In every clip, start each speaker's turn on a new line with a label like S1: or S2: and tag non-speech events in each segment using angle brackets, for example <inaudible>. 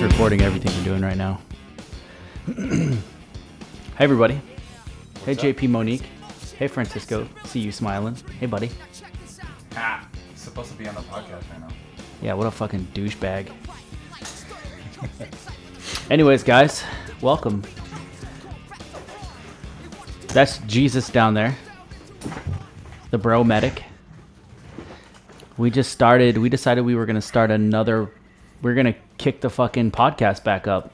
S1: recording everything we're doing right now. <clears throat> hey, everybody. hey, JP Monique. Hey, Francisco. See you smiling. Hey, buddy.
S2: Ah, he's supposed to be on the podcast right now.
S1: Yeah, what a fucking douchebag. Anyways, guys, welcome. That's Jesus down there, the bro medic. We just started, we decided we were going to start another, we're going to kick the fucking podcast back up.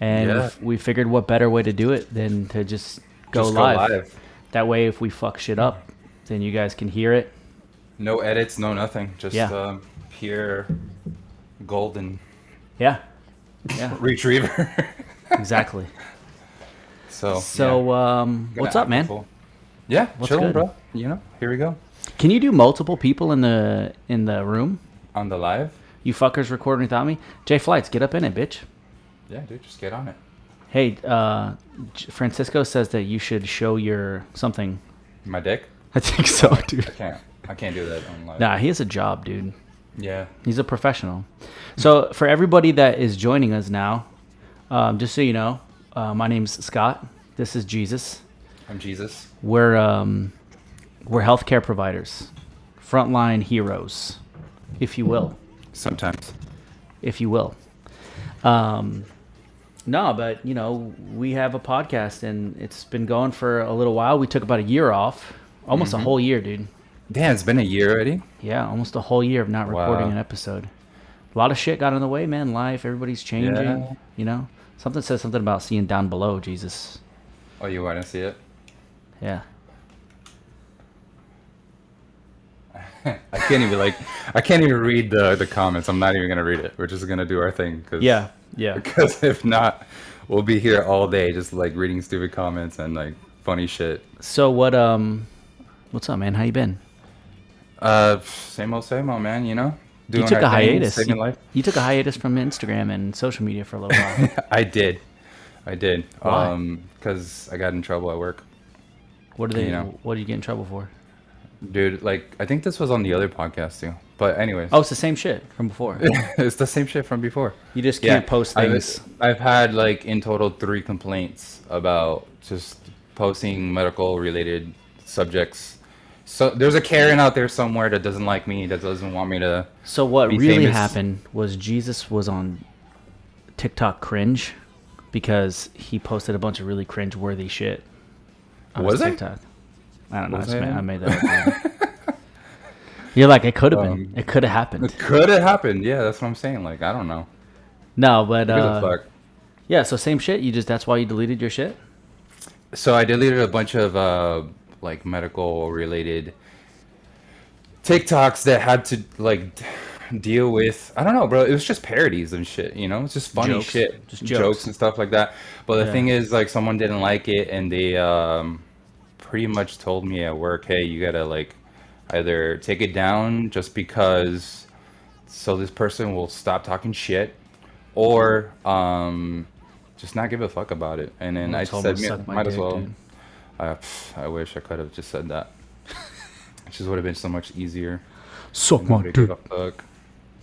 S1: And
S2: Yeah.
S1: we figured what better way to do it than to just go,
S2: Just go
S1: live.
S2: live.
S1: That way, if we fuck shit up, then you guys can hear it.
S2: No edits, no nothing. Just
S1: Yeah.
S2: um, pure golden
S1: Yeah, yeah,
S2: retriever. <laughs>
S1: exactly.
S2: so,
S1: So,
S2: yeah.
S1: um,
S2: Gonna
S1: what's up,
S2: act
S1: man?
S2: a fool. Yeah,
S1: What's
S2: chilling,
S1: good?
S2: bro. You know, here we go
S1: Can you do multiple people in the in the room?
S2: on the live.
S1: You fuckers recording without me. Jay Flights, get up in it, bitch.
S2: Yeah, dude, just get on it.
S1: Hey, uh, J- Francisco says that you should show your something.
S2: My dick.
S1: <laughs> I think so, dude.
S2: I can't. I can't do that on live.
S1: Nah, he has a job, dude.
S2: Yeah.
S1: He's a professional. So for everybody that is joining us now, um, just so you know, uh, my name's Scott. This is Jesus.
S2: I'm Jesus.
S1: We're um, we're healthcare providers, frontline heroes, if you will.
S2: Sometimes.
S1: if you will. Um, no, but you know, we have a podcast and it's been going for a little while. We took about a year off, almost
S2: Mm-hmm.
S1: a whole year, dude.
S2: Damn, it's been a year already.
S1: Yeah, almost a whole year of not recording
S2: Wow.
S1: an episode. A lot of shit got in the way, man. Life, everybody's changing.
S2: Yeah.
S1: You know, something says something about seeing down below, Jesus.
S2: Oh, you want to see it?
S1: Yeah.
S2: I can't even like. I can't even read the the comments. I'm not even gonna read it. We're just gonna do our thing. Cause
S1: Yeah. Yeah.
S2: because <laughs> if not, we'll be here all day just like reading stupid comments and like funny shit.
S1: So what? Um, what's up, man? How you been?
S2: Uh, same old, same old, man. You know,
S1: You
S2: Doing
S1: took a
S2: our thing,
S1: hiatus.
S2: saving
S1: You,
S2: life. <laughs>
S1: you took a hiatus from Instagram and social media for a little while.
S2: I did, I did.
S1: Why?
S2: because I got in trouble at work,
S1: What did they?
S2: You know.
S1: What did you get in trouble for?
S2: dude. Like, I think this was on the other podcast too. But anyways,
S1: Oh, it's the same shit from before.
S2: <laughs> it's the same shit from before.
S1: You just can't post
S2: I've-
S1: things.
S2: I've, had like in total three complaints about just posting medical related subjects. So there's a Karen out there somewhere that doesn't like me, that doesn't want me to.
S1: So what
S2: Be
S1: really
S2: famous.
S1: happened was Jesus was on TikTok cringe because he posted a bunch of really cringe-worthy shit. On
S2: Was
S1: his
S2: I?
S1: TikTok. I don't know. I,
S2: Was
S1: just
S2: I?
S1: made, I made that. up, yeah. <laughs> You're like it could have
S2: Um,
S1: been. It could have happened.
S2: Could have happened. Yeah, that's what I'm saying. Like I don't know.
S1: No, but
S2: Who the
S1: uh,
S2: fuck?
S1: yeah. So same shit. You just that's why you deleted your shit.
S2: So I deleted a bunch of uh, like medical related TikToks that had to like d- deal with I don't know, bro. It was just parodies and shit, you know. It's just funny
S1: Jokes.
S2: shit,
S1: Just
S2: just
S1: jokes.
S2: jokes. and stuff like that. But the
S1: Yeah.
S2: thing is, like, someone didn't like it, and they um, pretty much told me at work, "Hey, you gotta like either take it down just because, so this person will stop talking shit, or um, just not give a fuck about it." And then
S1: Well,
S2: I
S1: it's
S2: just said,
S1: almost
S2: "Yeah,
S1: suck my
S2: "Might as
S1: dick,
S2: well."
S1: dude.
S2: I, pff, I wish I could have just
S1: <laughs>
S2: said that. Which would have been so much easier.
S1: Suck
S2: Nobody gave a fuck.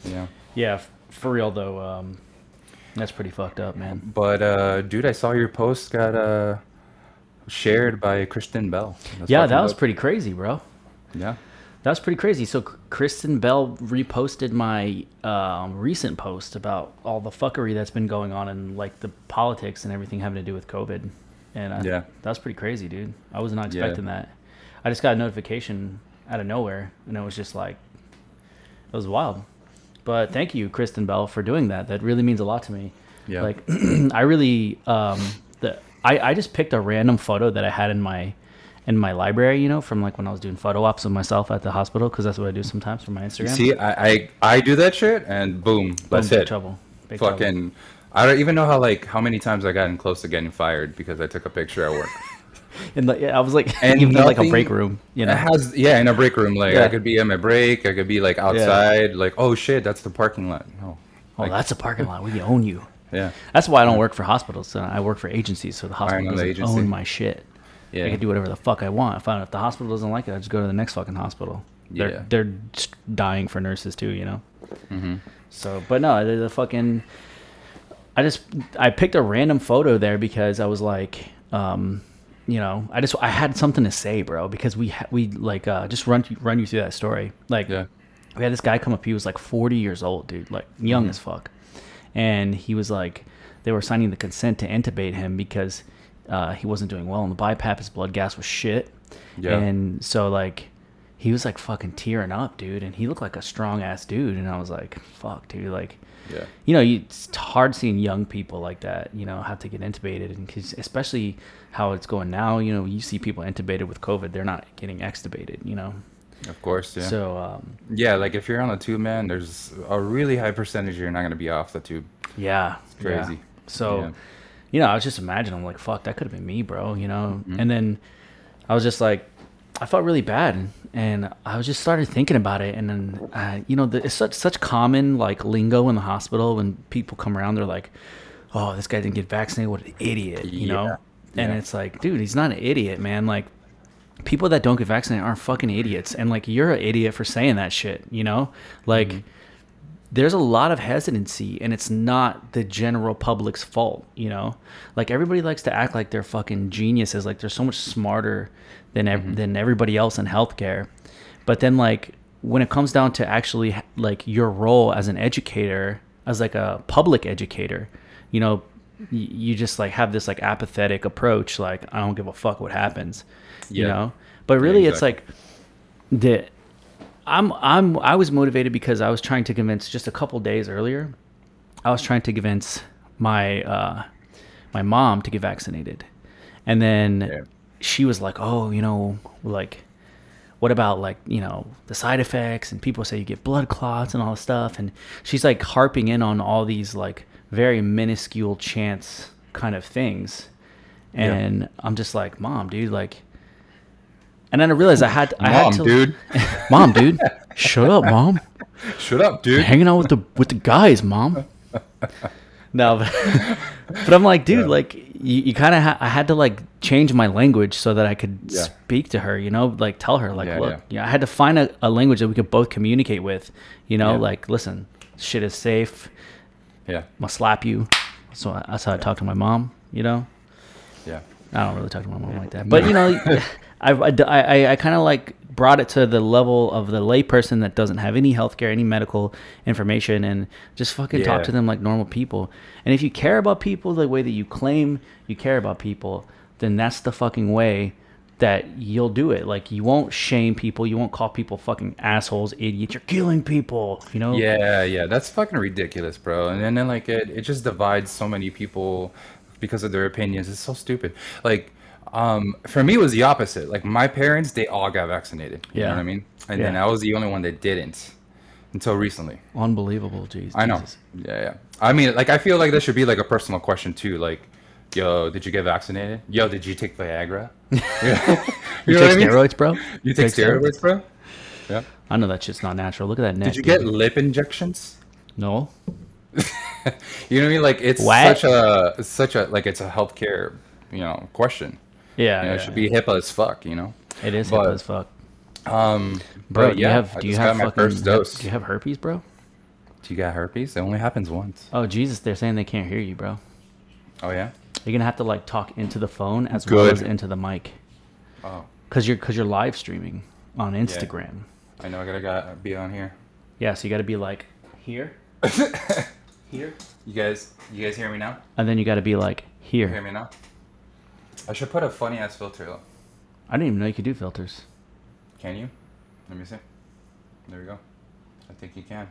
S2: Yeah.
S1: Yeah, f- for real though. Um, that's pretty fucked up, man.
S2: But uh, dude, I saw your post got uh, shared by Kristen Bell. That's
S1: yeah,
S2: fucking
S1: that was
S2: dope.
S1: pretty crazy, bro.
S2: Yeah.
S1: That's pretty crazy. So K- Kristen Bell reposted my um, recent post about all the fuckery that's been going on and like the politics and everything having to do with COVID. And I,
S2: Yeah.
S1: that's pretty crazy, dude. I was not expecting that. I just got a notification out of nowhere, and it was just like, it was wild. But thank you, Kristen Bell, for doing that. That really means a lot to me.
S2: Yeah.
S1: Like, <clears throat> I really, um, the I, I just picked a random photo that I had in my in my library, you know, from like when I was doing photo ops of myself at the hospital, because that's what I do sometimes for my Instagram.
S2: See, I, I I do that shit, and boom, that's
S1: big
S2: it.
S1: trouble. Big trouble.
S2: Fucking. I don't even know how like how many times I gotten close to getting fired because I took a picture
S1: <laughs>
S2: at work.
S1: And like, yeah, I was like, <laughs>
S2: And
S1: you feel like a
S2: nothing-
S1: break room, you know.
S2: It has yeah, in a break room. Like
S1: Yeah.
S2: I could be at my break, I could be like outside, like oh shit, that's the parking lot. No.
S1: oh, that's a parking lot. We own you.
S2: Yeah.
S1: That's why I don't work for hospitals. So I work for agencies, so the hospital
S2: another
S1: doesn't
S2: agency.
S1: own my shit.
S2: Yeah.
S1: I can do whatever the fuck I want. If, I, if the hospital doesn't like it, I just go to the next fucking hospital.
S2: Yeah. Mm-hmm.
S1: They're they're just dying for nurses too, you know. So, but no, the, the fucking I just I picked a random photo there because I was like, um, you know, I just I had something to say, bro, because we ha- we like uh, just run run you through that story. Like,
S2: Yeah.
S1: we had this guy come up. He was like 40 years old, dude, like
S2: Mm-hmm.
S1: young as fuck, and he was like, they were signing the consent to intubate him because uh, he wasn't doing well on the BiPAP. His blood gas was shit,
S2: Yeah.
S1: and so like. He was like fucking tearing up, dude, and he looked like a strong ass dude. And I was like, "Fuck, dude!" Like,
S2: Yeah.
S1: you know, you, it's hard seeing young people like that, you know, have to get intubated. And 'cause- especially how it's going now, you know, you see people intubated with COVID, they're not getting extubated, you know?
S2: Of course. Yeah.
S1: So, um,
S2: yeah. Like if you're on a tube, man, there's a really high percentage you're not going to be off the tube.
S1: yeah. yeah.
S2: crazy.
S1: So,
S2: Yeah.
S1: you know, I was just imagining, I'm like, fuck, that could have been me, bro, you know?
S2: Mm-hmm.
S1: And then I was just like, I felt really bad. And I was just started thinking about it. And then, uh, you know, the, it's such, such common like lingo in the hospital when people come around, they're like, oh, this guy didn't get vaccinated. What an idiot, you know?
S2: Yeah.
S1: And
S2: Yeah.
S1: it's like, dude, he's not an idiot, man. Like, people that don't get vaccinated aren't fucking idiots. And like, you're an idiot for saying that shit, you know? Like,
S2: Mm-hmm.
S1: there's a lot of hesitancy and it's not the general public's fault you know like everybody likes to act like they're fucking geniuses like they're so much smarter than ev- than everybody else in healthcare but then like when it comes down to actually like your role as an educator as like a public educator you know y- you just like have this like apathetic approach like i don't give a fuck what happens you
S2: Yeah.
S1: know but really it's like
S2: exactly.
S1: the I'm I'm I was motivated because I was trying to convince just a couple days earlier. I was trying to convince my uh, my mom to get vaccinated, and then
S2: Yeah.
S1: she was like, "Oh, you know, like, what about like you know the side effects?" And people say you get blood clots and all this stuff, and she's like harping in on all these like very minuscule chance kind of things, and I'm just like, "Mom, dude, like." And then I realized I had I had
S2: Mom,
S1: to
S2: dude.
S1: <laughs> mom, dude, shut up, mom.
S2: Shut up, dude.
S1: Hanging out with the with the guys,
S2: <laughs>
S1: mom. No, but, <laughs> but I'm like, dude, like you, you kind of ha- I had to like change my language so that I could
S2: Yeah.
S1: speak to her, you know, like tell her, like,
S2: Yeah,
S1: look,
S2: yeah.
S1: you know, I had to find a, a language that we could both communicate with, you know,
S2: Yeah.
S1: like, listen, shit is safe.
S2: Yeah.
S1: I'm gonna slap you. So I, that's how I talk to my mom, you know.
S2: Yeah.
S1: I don't really talk to my mom like that, but you know,
S2: <laughs>
S1: I've, I, I, I kind of like brought it to the level of the layperson that doesn't have any healthcare, any medical information, and just fucking talk
S2: Yeah.
S1: to them like normal people. And if you care about people the way that you claim you care about people, then that's the fucking way that you'll do it. Like you won't shame people, you won't call people fucking assholes, idiots. You're killing people, you know?
S2: Yeah, yeah, that's fucking ridiculous, bro. And then, then like it, it just divides so many people because of their opinions. It's so stupid. Like, um, for me, it was the opposite. Like my parents, they all got vaccinated. You know
S1: Yeah.
S2: what I mean? And then
S1: Yeah.
S2: I was the only one that didn't until recently.
S1: Unbelievable, jeez.
S2: I know.
S1: Jesus.
S2: Yeah, yeah. I mean, like I feel like that should be like a personal question too. Like, yo, did you get vaccinated? Yo, did you take
S1: <laughs>
S2: Viagra? <laughs> Yeah.
S1: You,
S2: know what I
S1: take
S2: mean?
S1: steroids, bro?
S2: You take steroids, bro? Yeah.
S1: I know that shit's not natural. Look at that neck.
S2: Did you
S1: dude.
S2: get lip injections?
S1: no?
S2: You know what I mean? Like it's
S1: What?
S2: such a it's such a like it's a healthcare you know question.
S1: Yeah,
S2: You know,
S1: yeah,
S2: it should be HIPAA as fuck. You know.
S1: It is
S2: But-
S1: hip as fuck,
S2: Um,
S1: bro.
S2: but
S1: do
S2: yeah,
S1: you have
S2: I
S1: do you
S2: just
S1: have
S2: got my
S1: fucking
S2: first dose.
S1: do you have herpes, bro?
S2: Do you got herpes? It only happens once.
S1: Oh Jesus, they're saying they can't hear you, bro.
S2: Oh yeah.
S1: You're gonna have to like talk into the phone as well
S2: Good.
S1: as into the mic,
S2: Oh,
S1: cause you're cause you're live streaming on Instagram.
S2: I know. I gotta got be on here.
S1: Yeah, so you got to be like
S2: <coughs>
S1: here, here,
S2: You guys, you guys hear me now?
S1: and then you got to be like
S2: You hear
S1: here.
S2: me now? I should put a funny ass filter though.
S1: I didn't even know you could do filters.
S2: Can you? Let me see. There we go. I think you can.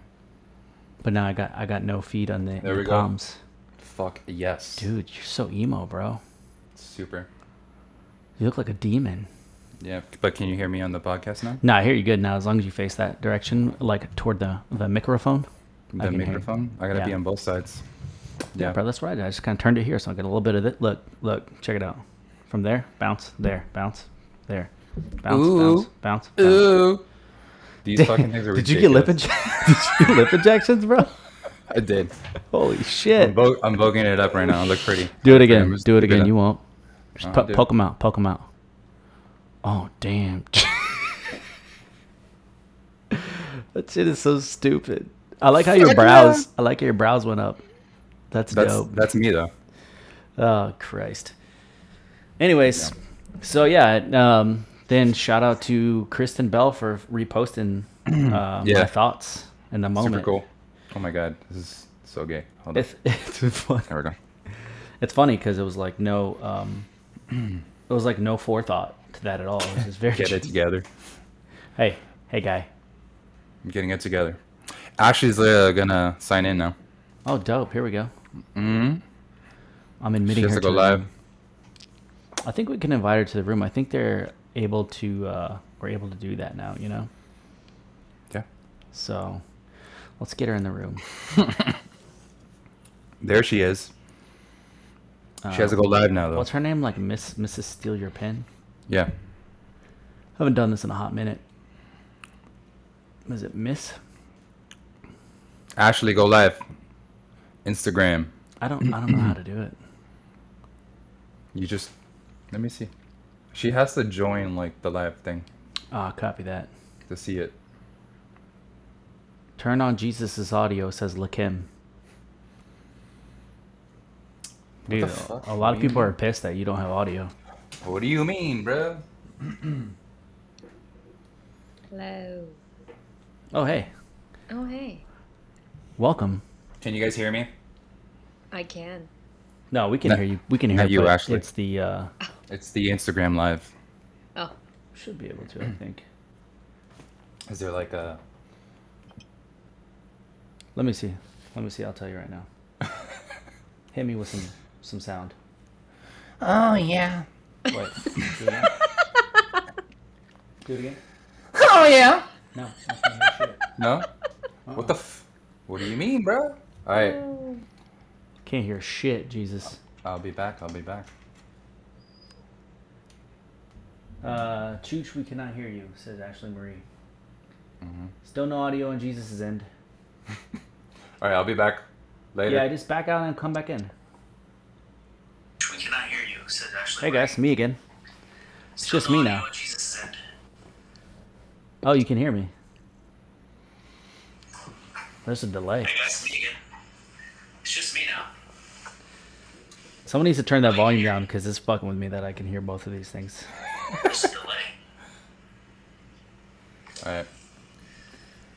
S1: But now I got I got no feed on the,
S2: There
S1: the
S2: we go.
S1: palms.
S2: Fuck yes.
S1: Dude, you're so emo, bro.
S2: Super.
S1: You look like a demon.
S2: Yeah, but can you hear me on the podcast now?
S1: Nah, I hear you good now. As long as you face that direction, like toward the the microphone. I
S2: The
S1: can hear you.
S2: microphone. I gotta
S1: Yeah.
S2: be on both sides.
S1: Yeah,
S2: Yeah.
S1: bro, that's right. I just kind of turned it here, so I get a little bit of it. Look, look, check it out. From there, bounce, there, bounce, there, bounce,
S2: Ooh.
S1: bounce, bounce. bounce.
S2: Ooh. These fucking things
S1: <laughs>
S2: are
S1: Did you get lip
S2: ridiculous.
S1: injections? <laughs> Did you get lip injections, bro?
S2: I did.
S1: Holy shit!
S2: I'm, bo- I'm bogging it up right now. I look pretty.
S1: Do it again.
S2: Cameras
S1: Do it
S2: do
S1: again.
S2: that.
S1: You won't. Just
S2: I'll
S1: po-
S2: Uh-huh. do it.
S1: poke them out. Poke them out. Oh damn! <laughs> that shit is so stupid. I like how your
S2: Fuck
S1: brows.
S2: yeah.
S1: I like how your brows went up. That's,
S2: That's
S1: dope.
S2: that's me though.
S1: Oh Christ. Anyways, so yeah, um, then shout out to Kristen Bell for
S2: <clears throat>
S1: reposting uh, my
S2: Yeah.
S1: thoughts in the moment.
S2: Super cool. Oh my god, this is so gay. Hold on.
S1: It's, <laughs> it's, fun.
S2: There we go.
S1: it's funny because it was like no, um, it was like no forethought to that at all. It was just very.
S2: Get it together.
S1: <laughs> Hey, hey, guy.
S2: I'm getting it together. Ashley's uh, gonna sign in now.
S1: Oh, dope. Here we go.
S2: Mm-hmm.
S1: I'm
S2: She
S1: admitting
S2: has
S1: her
S2: to go
S1: to the
S2: live.
S1: room. I think we can invite her to the room. I think they're able to. Uh, we're able to do that now. You know.
S2: Yeah.
S1: So, let's get her in the room.
S2: There she is.
S1: Uh,
S2: She has to go live now though.
S1: Oh. What's her name? Like Miss Mrs. Steal Your Pen.
S2: Yeah.
S1: Haven't done this in a hot minute. Is it Miss?
S2: Ashley, go live. Instagram.
S1: I don't. I don't know how to do
S2: <clears throat>
S1: it.
S2: You just let me see. She has to join like the live thing
S1: Ah, copy that.
S2: to see it.
S1: Turn on Jesus' audio, says Lakim. Dude,
S2: fuck?
S1: a lot of
S2: What do you
S1: people
S2: mean?
S1: are pissed that you don't have audio.
S2: What do you mean, bro?
S3: Hello.
S1: Oh, hey.
S3: Oh, hey.
S1: Welcome.
S2: Can you guys hear me?
S3: I can.
S1: No, we can
S2: No-
S1: hear you. We can hear
S2: not you,
S1: but
S2: Ashley.
S1: It's the. Uh,
S2: It's the Instagram live.
S3: Oh,
S1: should be able to, I think.
S2: Is there like a
S1: Let me see. Let me see. I'll tell you right now. <laughs> Hit me with some some sound.
S2: Oh yeah.
S1: Wait. Do it again. Do it again.
S2: Oh yeah.
S1: No, I can't hear shit.
S2: <laughs> No? What the f What do you mean, bro? All right.
S1: Can't hear shit, Jesus.
S2: I'll be back. I'll be back.
S1: Uh, Chooch, we cannot hear you, says Ashley Marie. Still no audio on Jesus' end.
S2: All right, I'll be back later.
S1: Yeah, just back out and come back in.
S4: We cannot hear you, says Ashley.
S1: Hey guys, me again.
S4: It's
S1: just me now.
S4: Jesus said.
S1: Oh, you can hear me. There's a delay.
S4: Hey guys, me again. It's just me now.
S2: <laughs>
S1: Someone needs to turn that volume down because it's fucking with me that I can hear both of these things.
S4: There's a delay.
S2: All right.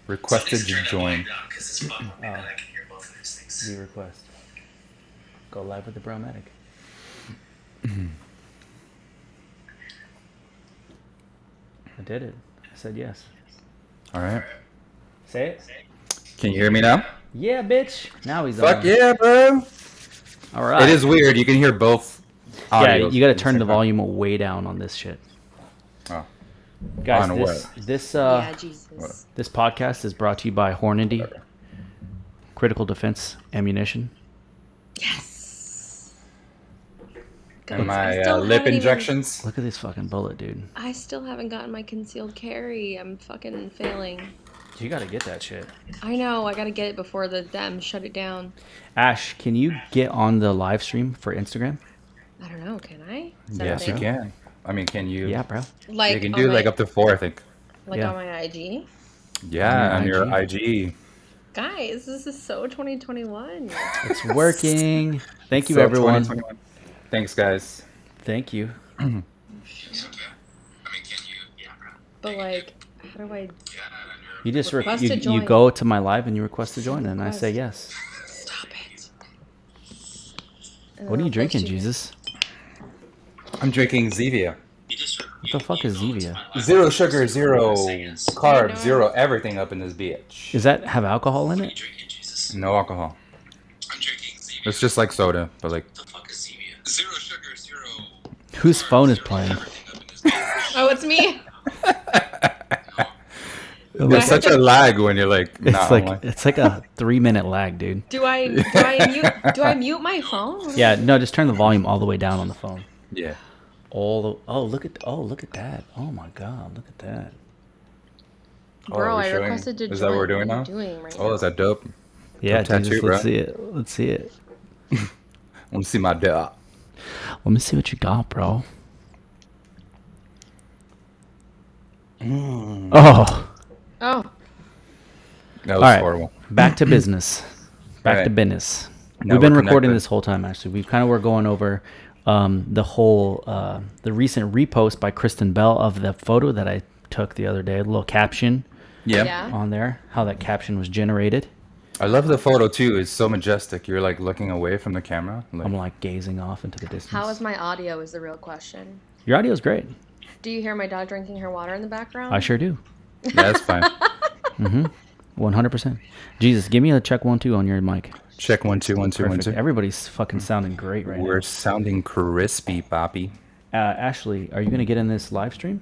S2: Requested to join.
S4: Because it's fucking
S1: Oh.
S4: with me that I can hear both of these things.
S1: New request. Go live with the bromatic.
S2: <clears throat>
S1: I did it. I said yes.
S2: All right.
S1: Say it.
S2: Can you hear me now?
S1: Yeah, bitch. Now he's on.
S2: Fuck yeah, bro.
S1: All right.
S2: It is weird. You can hear both.
S1: Yeah,
S2: audios
S1: you got to
S2: at
S1: turn the
S2: same time.
S1: volume way down on this shit,
S2: Oh.
S1: guys.
S2: On
S1: this this uh
S3: yeah, Jesus.
S1: this podcast is brought to you by Hornady, Critical Defense Ammunition.
S3: Yes. Guys,
S2: And my uh,
S3: still
S2: lip
S3: haven't even-
S2: injections.
S1: Look at this fucking bullet, dude.
S3: I still haven't gotten my concealed carry. I'm fucking failing.
S1: You got to get that shit.
S3: I know. I gotta get it before the them shut it down.
S1: Ash, can you get on the live stream for Instagram?
S3: I don't know. Can I? Is that a
S2: Yes, you
S3: thing?
S2: can. I mean, can you?
S1: Yeah, bro.
S3: Like
S2: you can
S3: on
S2: do
S3: my,
S2: like up to four, I think. Mm-hmm.
S3: like
S1: yeah.
S3: on my IG.
S2: Yeah,
S1: On
S2: on
S1: your
S2: your IG.
S3: Guys, this is so 2021.
S1: It's
S2: <laughs>
S1: working. Thank you,
S2: So,
S1: everyone.
S2: 2021. Thanks, guys.
S1: Thank you.
S4: I mean, can you? Yeah, bro.
S3: but like, how do I?
S1: You just re-
S3: Request
S1: you,
S3: to
S1: you
S3: join.
S1: go to my live and you request to join, and I say yes.
S3: Stop it. And then
S1: What
S2: Uh,
S1: are you
S3: I'll
S1: drinking,
S3: text you.
S1: Jesus?
S2: I'm drinking Zevia.
S4: You just,
S1: What the fuck is Zevia?
S2: Zero sugar, zero
S3: No.
S2: carbs, zero everything up in this bitch.
S1: Does that have alcohol in it?
S4: drinking, Jesus?
S2: No alcohol.
S4: I'm drinking Zevia.
S2: It's just like soda, but like
S4: the fuck is Zevia? Zero sugar, zero.
S1: Whose phone is playing?
S3: Oh, it's me.
S2: there's such a lag when you're like, nah,
S1: It's
S2: I'm
S1: like it's like a three minute lag, dude.
S3: Do I do I mute do I mute my phone?
S1: Yeah, no, just turn the volume all the way down on the phone.
S2: yeah.
S1: All the oh look at oh look at that oh my god look at that
S2: Oh, are
S3: Bro,
S2: we
S3: I
S2: showing-
S3: requested to
S2: Is
S3: join.
S2: that what we're doing
S3: What are
S2: now?
S3: you doing right
S2: Oh,
S3: now?
S2: is that dope?
S1: yeah
S2: Don't
S1: Jesus,
S2: tattoo,
S1: let's
S2: bro.
S1: see it let's see it
S2: Let me see my dick.
S1: let me see what you got bro
S2: Mm.
S1: oh
S3: Oh,
S2: That was
S1: All right.
S2: horrible.
S1: <clears throat> back to business back to
S2: Alright.
S1: business
S2: Now
S1: We've been
S2: we're
S1: recording
S2: connected.
S1: this whole time, actually. We kind of were going over um, the whole uh, the recent repost by Kristen Bell of the photo that I took the other day. A little caption
S2: Yep.
S3: Yeah.
S1: on there, how that caption was generated.
S2: I love the photo too. It's so majestic. You're like looking away from the camera. Like,
S1: I'm like gazing off into the distance.
S3: How is my audio? Is the real question.
S1: Your audio's great.
S3: Do you hear my dog drinking her water in the background?
S1: I sure do.
S2: yeah, that's fine.
S1: 100%. Jesus, give me a check one two on your mic.
S2: Check one two one two one
S1: Perfect.
S2: two.
S1: Everybody's fucking sounding great right
S2: We're sounding crispy, Poppy.
S1: now. Uh, Ashley, are you gonna get in this live stream?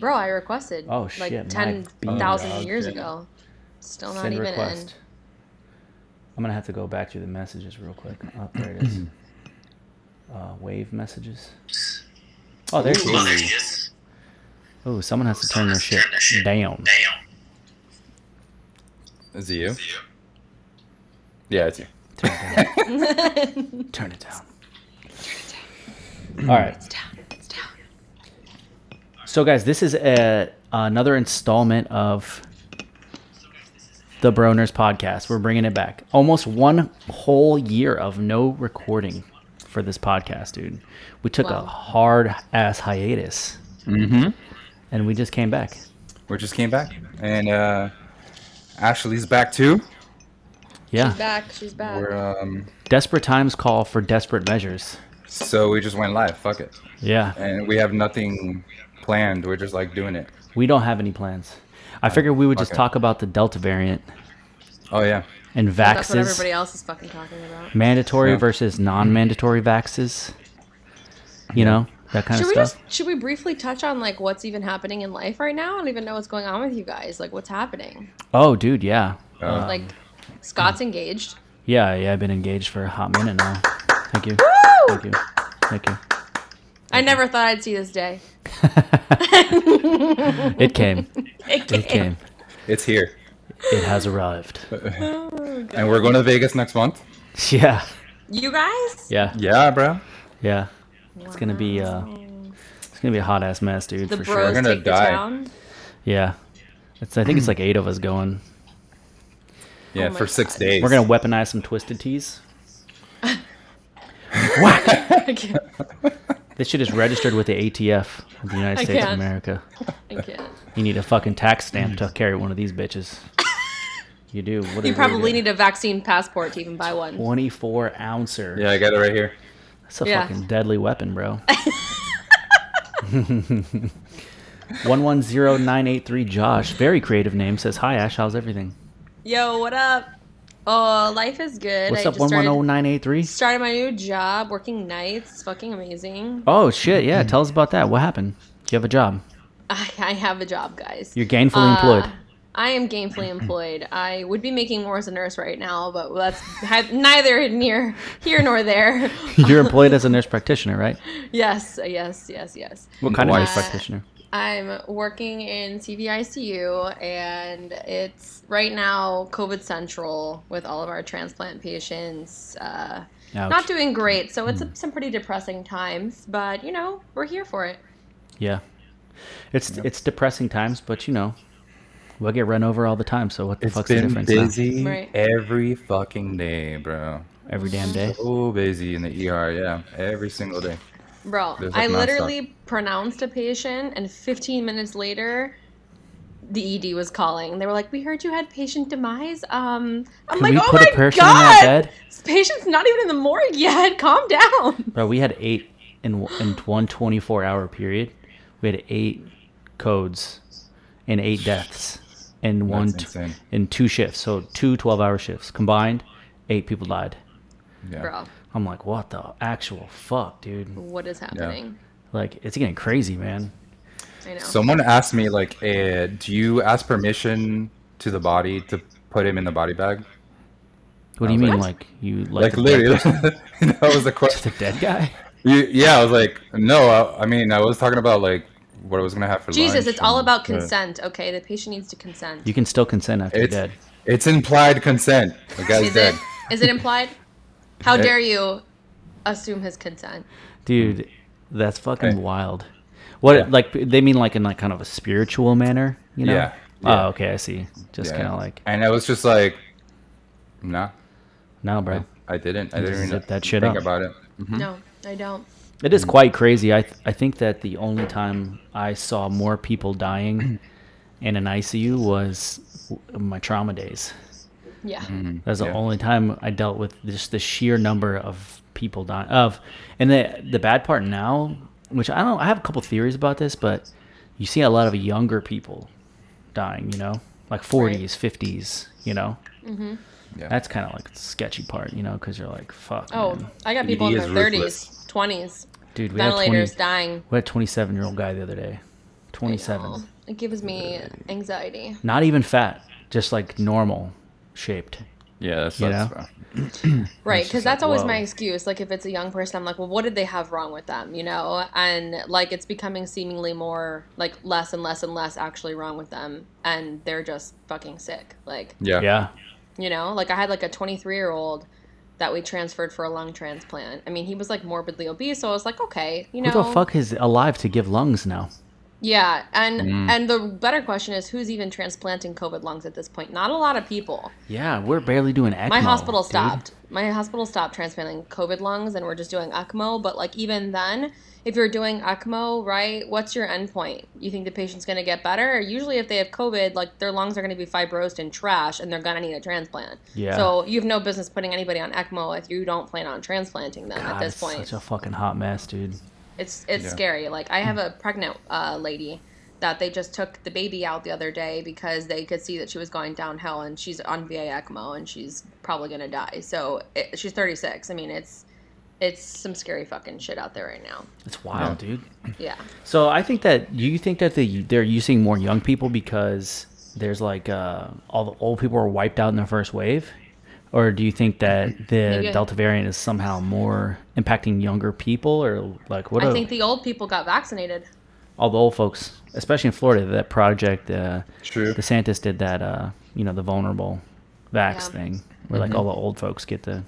S3: Bro, I requested.
S1: Oh, shit, my
S3: Like ten thousand
S1: dog.
S3: years ago. Still not
S1: Send
S3: even
S1: request. I'm gonna have to go back to the messages real quick. Oh, there it is. uh, wave messages. Oh, there
S4: Well, there
S1: it
S4: he
S1: is.
S4: is.
S1: Oh, someone has to turn their shit
S4: Turn that shit
S1: down.
S4: Damn.
S2: Is it you?
S4: See you.
S2: Yeah, it's you.
S1: Turn it down.
S3: <laughs> in.
S1: Turn it down. All right.
S3: it's down. It's down.
S1: So, guys, this is a, another installment of the Broners podcast. We're bringing it back. Almost one whole year of no recording for this podcast, dude. We took a
S3: Wow.
S1: hard ass hiatus
S2: Mm-hmm.
S1: and we just came back.
S2: We just came back, and uh, Ashley's back too.
S1: Yeah.
S3: She's back. She's back.
S2: We're um,
S1: Desperate times call for desperate measures.
S2: so we just went live. Fuck it,
S1: Yeah.
S2: and we have nothing planned. We're just like doing it.
S1: We don't have any plans. I figured we would just
S2: Okay.
S1: talk about the Delta variant
S2: Oh yeah,
S1: and
S3: That's what
S1: vaxes.
S3: everybody else is fucking talking about.
S1: mandatory
S2: Yeah.
S1: versus non-mandatory vaxes. You know that kind
S3: Should
S1: of
S3: we
S1: stuff.
S3: just should we briefly touch on like what's even happening in life right now? I don't even know what's going on with you guys. Like what's happening?
S1: oh, dude, yeah,
S2: Uh,
S3: Oh, Like Scott's engaged.
S1: yeah, yeah. I've been engaged for a hot minute now. Thank you, thank you, thank you. <laughs>
S3: I never thought I'd see this day. <laughs>
S1: It came, it came,
S2: it's here,
S1: it has arrived.
S2: and we're going to Vegas next month.
S1: <laughs> Yeah,
S3: You guys?
S1: yeah,
S2: Yeah, bro.
S1: yeah. It's gonna be uh, it's gonna be a hot ass mess, dude.
S3: The
S1: for
S3: bros
S1: sure.
S2: We're gonna
S3: take
S2: die.
S3: the town. <laughs>
S1: Yeah, it's. I think it's like eight of us going.
S2: Yeah,
S3: Oh my
S2: for six
S3: God.
S2: days.
S1: We're
S2: <laughs>
S1: gonna weaponize some twisted teas.
S3: I can't.
S1: This shit is registered with the ATF of the United
S3: I
S1: States of
S3: can't.
S1: America. <laughs>
S3: I can't.
S1: You need a fucking tax stamp to carry one of
S3: <laughs>
S1: these bitches. You do. What do
S3: You probably need a vaccine passport to even buy one.
S1: 24 ouncer.
S2: Yeah, I got it right here.
S1: That's a
S3: Yeah.
S1: fucking deadly weapon,
S3: <laughs>
S1: bro. <laughs> 110983 Josh. Very creative name. Says, Hi, Ash. How's everything?
S3: Yo, what up? Oh, life is good.
S1: What's
S3: I
S1: up,
S3: just started,
S1: 110983?
S3: started my new job, working nights. Fucking amazing.
S1: Oh, shit.
S3: Mm-hmm.
S1: Yeah. Tell us about that. What happened? Do you have a job?
S3: I, I have a job, guys.
S1: You're gainfully employed.
S3: Uh, I am gainfully employed. I would be making more as a nurse right now, but that's hi- neither near here nor there.
S1: <laughs> You're employed as a nurse practitioner, right?
S3: <laughs> yes, yes, yes, yes.
S1: What kind of nurse
S2: Nice.
S1: practitioner?
S3: I'm working in CVICU, and it's right now COVID central with all of our transplant patients. Uh,
S1: Ouch. Hmm.
S3: not doing great, so it's some pretty depressing times. But you know, we're here for it.
S1: Yeah. It's it's depressing times, but you know, we'll get run over all the time. So what the
S2: It's
S1: fuck's the
S2: been
S1: difference? huh?
S2: busy
S3: Right.
S2: every fucking day, bro.
S1: Every damn day.
S2: So busy in the ER. Yeah, every single day.
S3: Bro,
S2: There's, like,
S3: I
S2: nonstop.
S3: literally pronounced a patient, and 15 minutes later, the ED was calling. They were like, "We heard you had patient demise." Um, I'm
S1: Can
S3: like,
S1: we
S3: "Oh
S1: put
S3: my
S1: a person
S3: god,
S1: in that bed?
S3: this patient's not even in the morgue yet. <laughs> Calm down."
S1: Bro, we had eight in in one 24 hour period. We had eight codes and eight deaths in one t-
S2: insane.
S1: in two shifts. So two 12 hour shifts combined, eight people died.
S2: Yeah.
S3: Bro,
S1: I'm like, what the actual fuck, dude?
S3: what is happening?
S1: Like, it's getting crazy, man.
S3: I know.
S2: Someone asked me like, eh, "Do you ask permission to the body to put him in the body bag?"
S1: What do you
S2: was
S1: mean,
S2: like-
S1: like you like,
S2: Like
S1: the
S2: literally, <laughs>
S1: <laughs>
S2: that was the
S1: dead,
S2: question.
S1: the dead guy?
S2: You- Yeah, I was like, "No, I, I mean, I was talking about like what I was gonna have for
S3: Jesus,
S2: lunch
S3: it's all
S2: and-
S3: about
S2: but
S3: consent. Okay, the patient needs to consent.
S1: You can still consent after you're
S2: It's
S1: dead.
S2: it's implied consent. The guy's
S3: Is it?
S2: dead.
S3: Is it implied? How
S2: Eh.
S3: dare you assume his consent?
S1: Dude, that's fucking
S2: Okay.
S1: wild. What
S2: Yeah.
S1: like they mean like in like kind of a spiritual manner, you know?
S2: Yeah, yeah.
S1: Oh, okay, I see. Just
S2: Yeah.
S1: kind of like
S2: And I was just like, "Nah."
S1: no, bro.
S2: I didn't. I
S1: Just
S2: didn't
S1: zip
S2: even
S1: that shit
S2: think
S1: up.
S2: about it. Mhm.
S3: No, I don't.
S1: It is quite crazy. I th- I think that the only time I saw more people dying <clears throat> in an ICU was w- my trauma days.
S3: Yeah.
S2: Hmm.
S1: That's the
S2: Yeah.
S1: only time I dealt with just the sheer number of people dying of, and the the bad part now, which I don't, I have a couple theories about this, but you see a lot of younger people dying. You know, like forties, fifties. You know,
S3: Mm-hmm.
S2: Yeah.
S1: that's kind of like the sketchy part. You know, because you're like, fuck,
S3: Oh,
S1: man.
S3: I got
S2: ED
S3: people in
S2: E is
S3: their
S2: ruthless.
S3: thirties, twenties,
S1: dude, we had
S3: ventilators
S1: 20,
S3: dying.
S1: we had twenty seven year old guy the other day, twenty
S3: Oh,
S1: seven.
S3: it gives me anxiety.
S1: not even fat, just like normal shaped.
S2: Yeah, that's,
S1: You
S2: that's
S1: know?
S2: fine.
S3: Right,
S1: It's
S3: because
S1: just
S3: that's
S1: like,
S3: always
S1: whoa.
S3: my excuse. Like, if it's a young person, I'm like, well, what did they have wrong with them? You know, and like it's becoming seemingly more like less and less and less actually wrong with them, and they're just fucking sick. Like,
S2: Yeah.
S1: Yeah.
S3: you know, like I had like a 23 year old that we transferred for a lung transplant. I mean, he was like morbidly obese, so I was like, okay, you know,
S1: Who the fuck is alive to give lungs now?
S3: yeah. And
S1: Mm.
S3: and the better question is, who's even transplanting COVID lungs at this point? Not a lot of people.
S1: Yeah, we're barely doing ECMO.
S3: My hospital
S1: dude.
S3: stopped. My hospital stopped transplanting COVID lungs, and we're just doing ECMO. But like even then, if you're doing ECMO, right, what's your endpoint? You think the patient's going to get better? Usually, if they have COVID, like their lungs are going to be fibrosed and trash, and they're going to need a transplant.
S1: Yeah.
S3: So you have no business putting anybody on ECMO if you don't plan on transplanting them at
S1: God,
S3: this
S1: it's
S3: point
S1: such a fucking hot mess, dude.
S3: it's it's
S2: Yeah.
S3: scary. Like I have a pregnant uh, lady that they just took the baby out the other day because they could see that she was going downhill and she's on E VA ECMO and she's probably gonna die. So it, she's 36. I mean, it's it's some scary fucking shit out there right now.
S1: It's wild, dude.
S3: Yeah.
S1: So I think that do you think that the, they're using more young people because there's like uh, all the old people are wiped out in the first wave, or do you think that the
S3: Maybe I-
S1: Delta variant is somehow more impacting younger people, or like what?
S3: I
S1: a-
S3: think the old people got vaccinated.
S1: all the old folks, especially in Florida, that project. Uh,
S2: True.
S1: DeSantis did that. Uh, you know, the vulnerable vax
S3: Yeah.
S1: thing, where
S2: Mm-hmm.
S1: like all the old folks get the.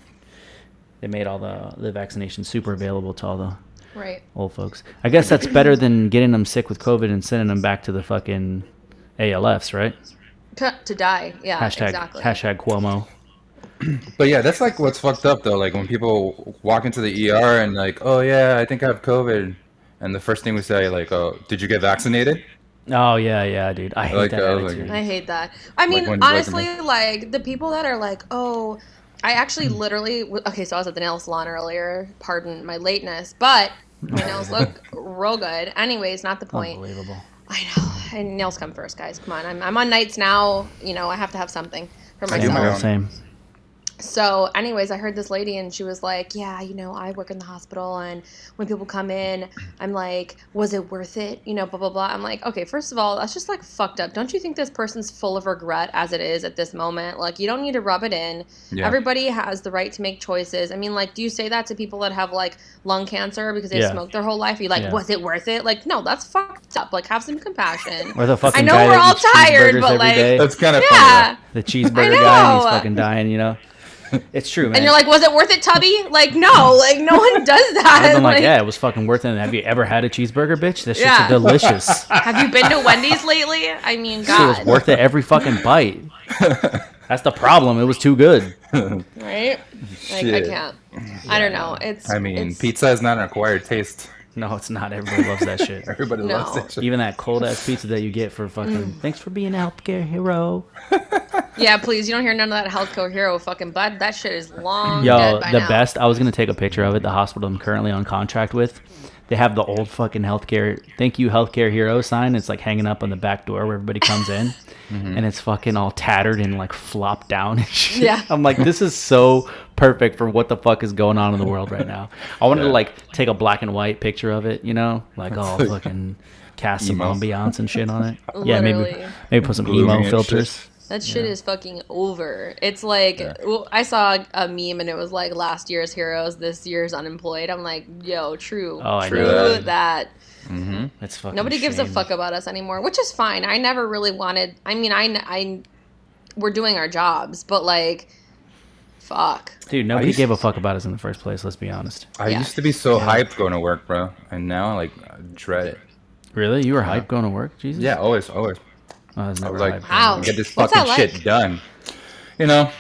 S1: They made all the the vaccination super available to all the
S3: Right.
S1: old folks. I guess that's better than getting them sick with COVID and sending them back to the fucking ALFs, right?
S3: To, to die. Yeah.
S1: Hashtag
S3: exactly.
S1: hashtag Cuomo.
S2: But yeah, that's like what's fucked up though. Like when people walk into the ER and like, oh yeah, I think I have COVID, and the first thing we say like, oh, did you get vaccinated?
S1: Oh yeah, yeah, dude. I hate
S2: like
S1: that
S2: that, I was like-
S1: attitude.
S3: I hate that. I mean,
S2: when- Mm. like
S3: honestly, like the people that are like, oh, I actually literally w- okay. So I was at the nail salon earlier. Pardon my lateness, but my nails
S2: <laughs>
S3: look real good. Anyways, not the point.
S1: Unbelievable.
S3: I know. <sighs> And nails come first, guys. Come on. I'm, I'm on nights now. You know, I have to have something for
S2: I do my
S3: myself.
S2: own.
S1: Same.
S3: So, anyways, I heard this lady and she was like, Yeah, you know, I work in the hospital and when people come in, I'm like, Was it worth it? You know, blah, blah, blah. I'm like, Okay, first of all, that's just like fucked up. Don't you think this person's full of regret as it is at this moment? Like, you don't need to rub it in.
S2: Yeah.
S3: Everybody has the right to make choices. I mean, like, do you say that to people that have like lung cancer because they
S1: Yeah.
S3: smoked their whole life? Are you like,
S1: Yeah.
S3: Was it worth it? Like, no, that's fucked up. Like, have some compassion.
S1: <laughs> Or the fucking
S3: I know
S1: guy
S3: we're
S1: that
S3: all
S1: eats cheeseburgers
S3: tired, but,
S1: every
S3: like-
S1: day.
S2: That's kind of
S3: yeah. <laughs>
S1: the cheeseburger guy and he's
S3: know.
S1: fucking dying,
S3: <laughs>
S1: you know? It's true, man.
S3: And you're like, was it worth it, Tubby? Like, no, like no one does that.
S1: <laughs>
S3: <laughs>
S1: I've been like, yeah, it was fucking worth it. And Have you ever had a cheeseburger, bitch? This shit's
S3: Yeah. <laughs>
S1: delicious.
S3: Have you been to Wendy's lately? I mean,
S1: it
S3: God,
S1: was worth it every fucking bite. That's the problem. It was too good.
S3: right? Like, I
S2: Shit.
S3: can't. I don't know. It's.
S2: I mean,
S3: it's-
S2: pizza is not an acquired taste. <laughs>
S1: No, it's not. Everybody loves that
S3: <laughs>
S1: shit.
S2: Everybody
S3: No.
S2: loves that shit.
S1: Even that cold ass pizza that you get for fucking thanks for being a healthcare hero.
S3: Yeah, please. You don't hear none of that health care hero fucking bud. That shit is long.
S1: Yo,
S3: dead by
S1: the
S3: now.
S1: best. I was gonna take a picture of it. The hospital I'm currently on contract with, they have the old fucking healthcare. Thank you, healthcare hero sign. It's like hanging up on the back door where everybody
S3: <laughs>
S1: comes in,
S3: Mm-hmm.
S1: and it's fucking all tattered and like flopped down and <laughs> shit.
S3: Yeah.
S1: I'm like, this is so perfect for what the fuck is going on in the world right now. I wanted to
S2: Yeah.
S1: like take a black and white picture of it, you know, like all fucking cast some
S2: Emo.
S1: ambiance and shit on
S3: <laughs>
S1: it. Yeah, maybe
S3: Literally.
S1: maybe put some
S2: Blooming and
S1: emo
S2: shit.
S1: filters.
S3: That shit is fucking over. It's like well, I saw a meme and it was like last year's heroes, this year's unemployed. I'm like, yo, true,
S1: Oh, I
S3: true
S2: know.
S3: that.
S2: Mm-hmm.
S1: That's fucking.
S3: Nobody gives a
S1: shame.
S3: fuck about us anymore, which is fine. I never really wanted. I mean, I, I we're doing our jobs, but like, fuck.
S1: Dude, nobody
S2: used-
S1: gave a fuck about us in the first place. Let's be honest.
S2: I
S3: Yeah.
S2: used to be so hyped going to work, bro, and now like I dread it.
S1: Really? You were hype going to work, Jesus?
S2: Yeah, always, always.
S1: I was
S2: I
S1: never
S2: was like,
S1: hype.
S3: Wow.
S2: get this
S3: What's
S2: fucking
S3: that like?
S2: shit done. You know,
S1: Do you,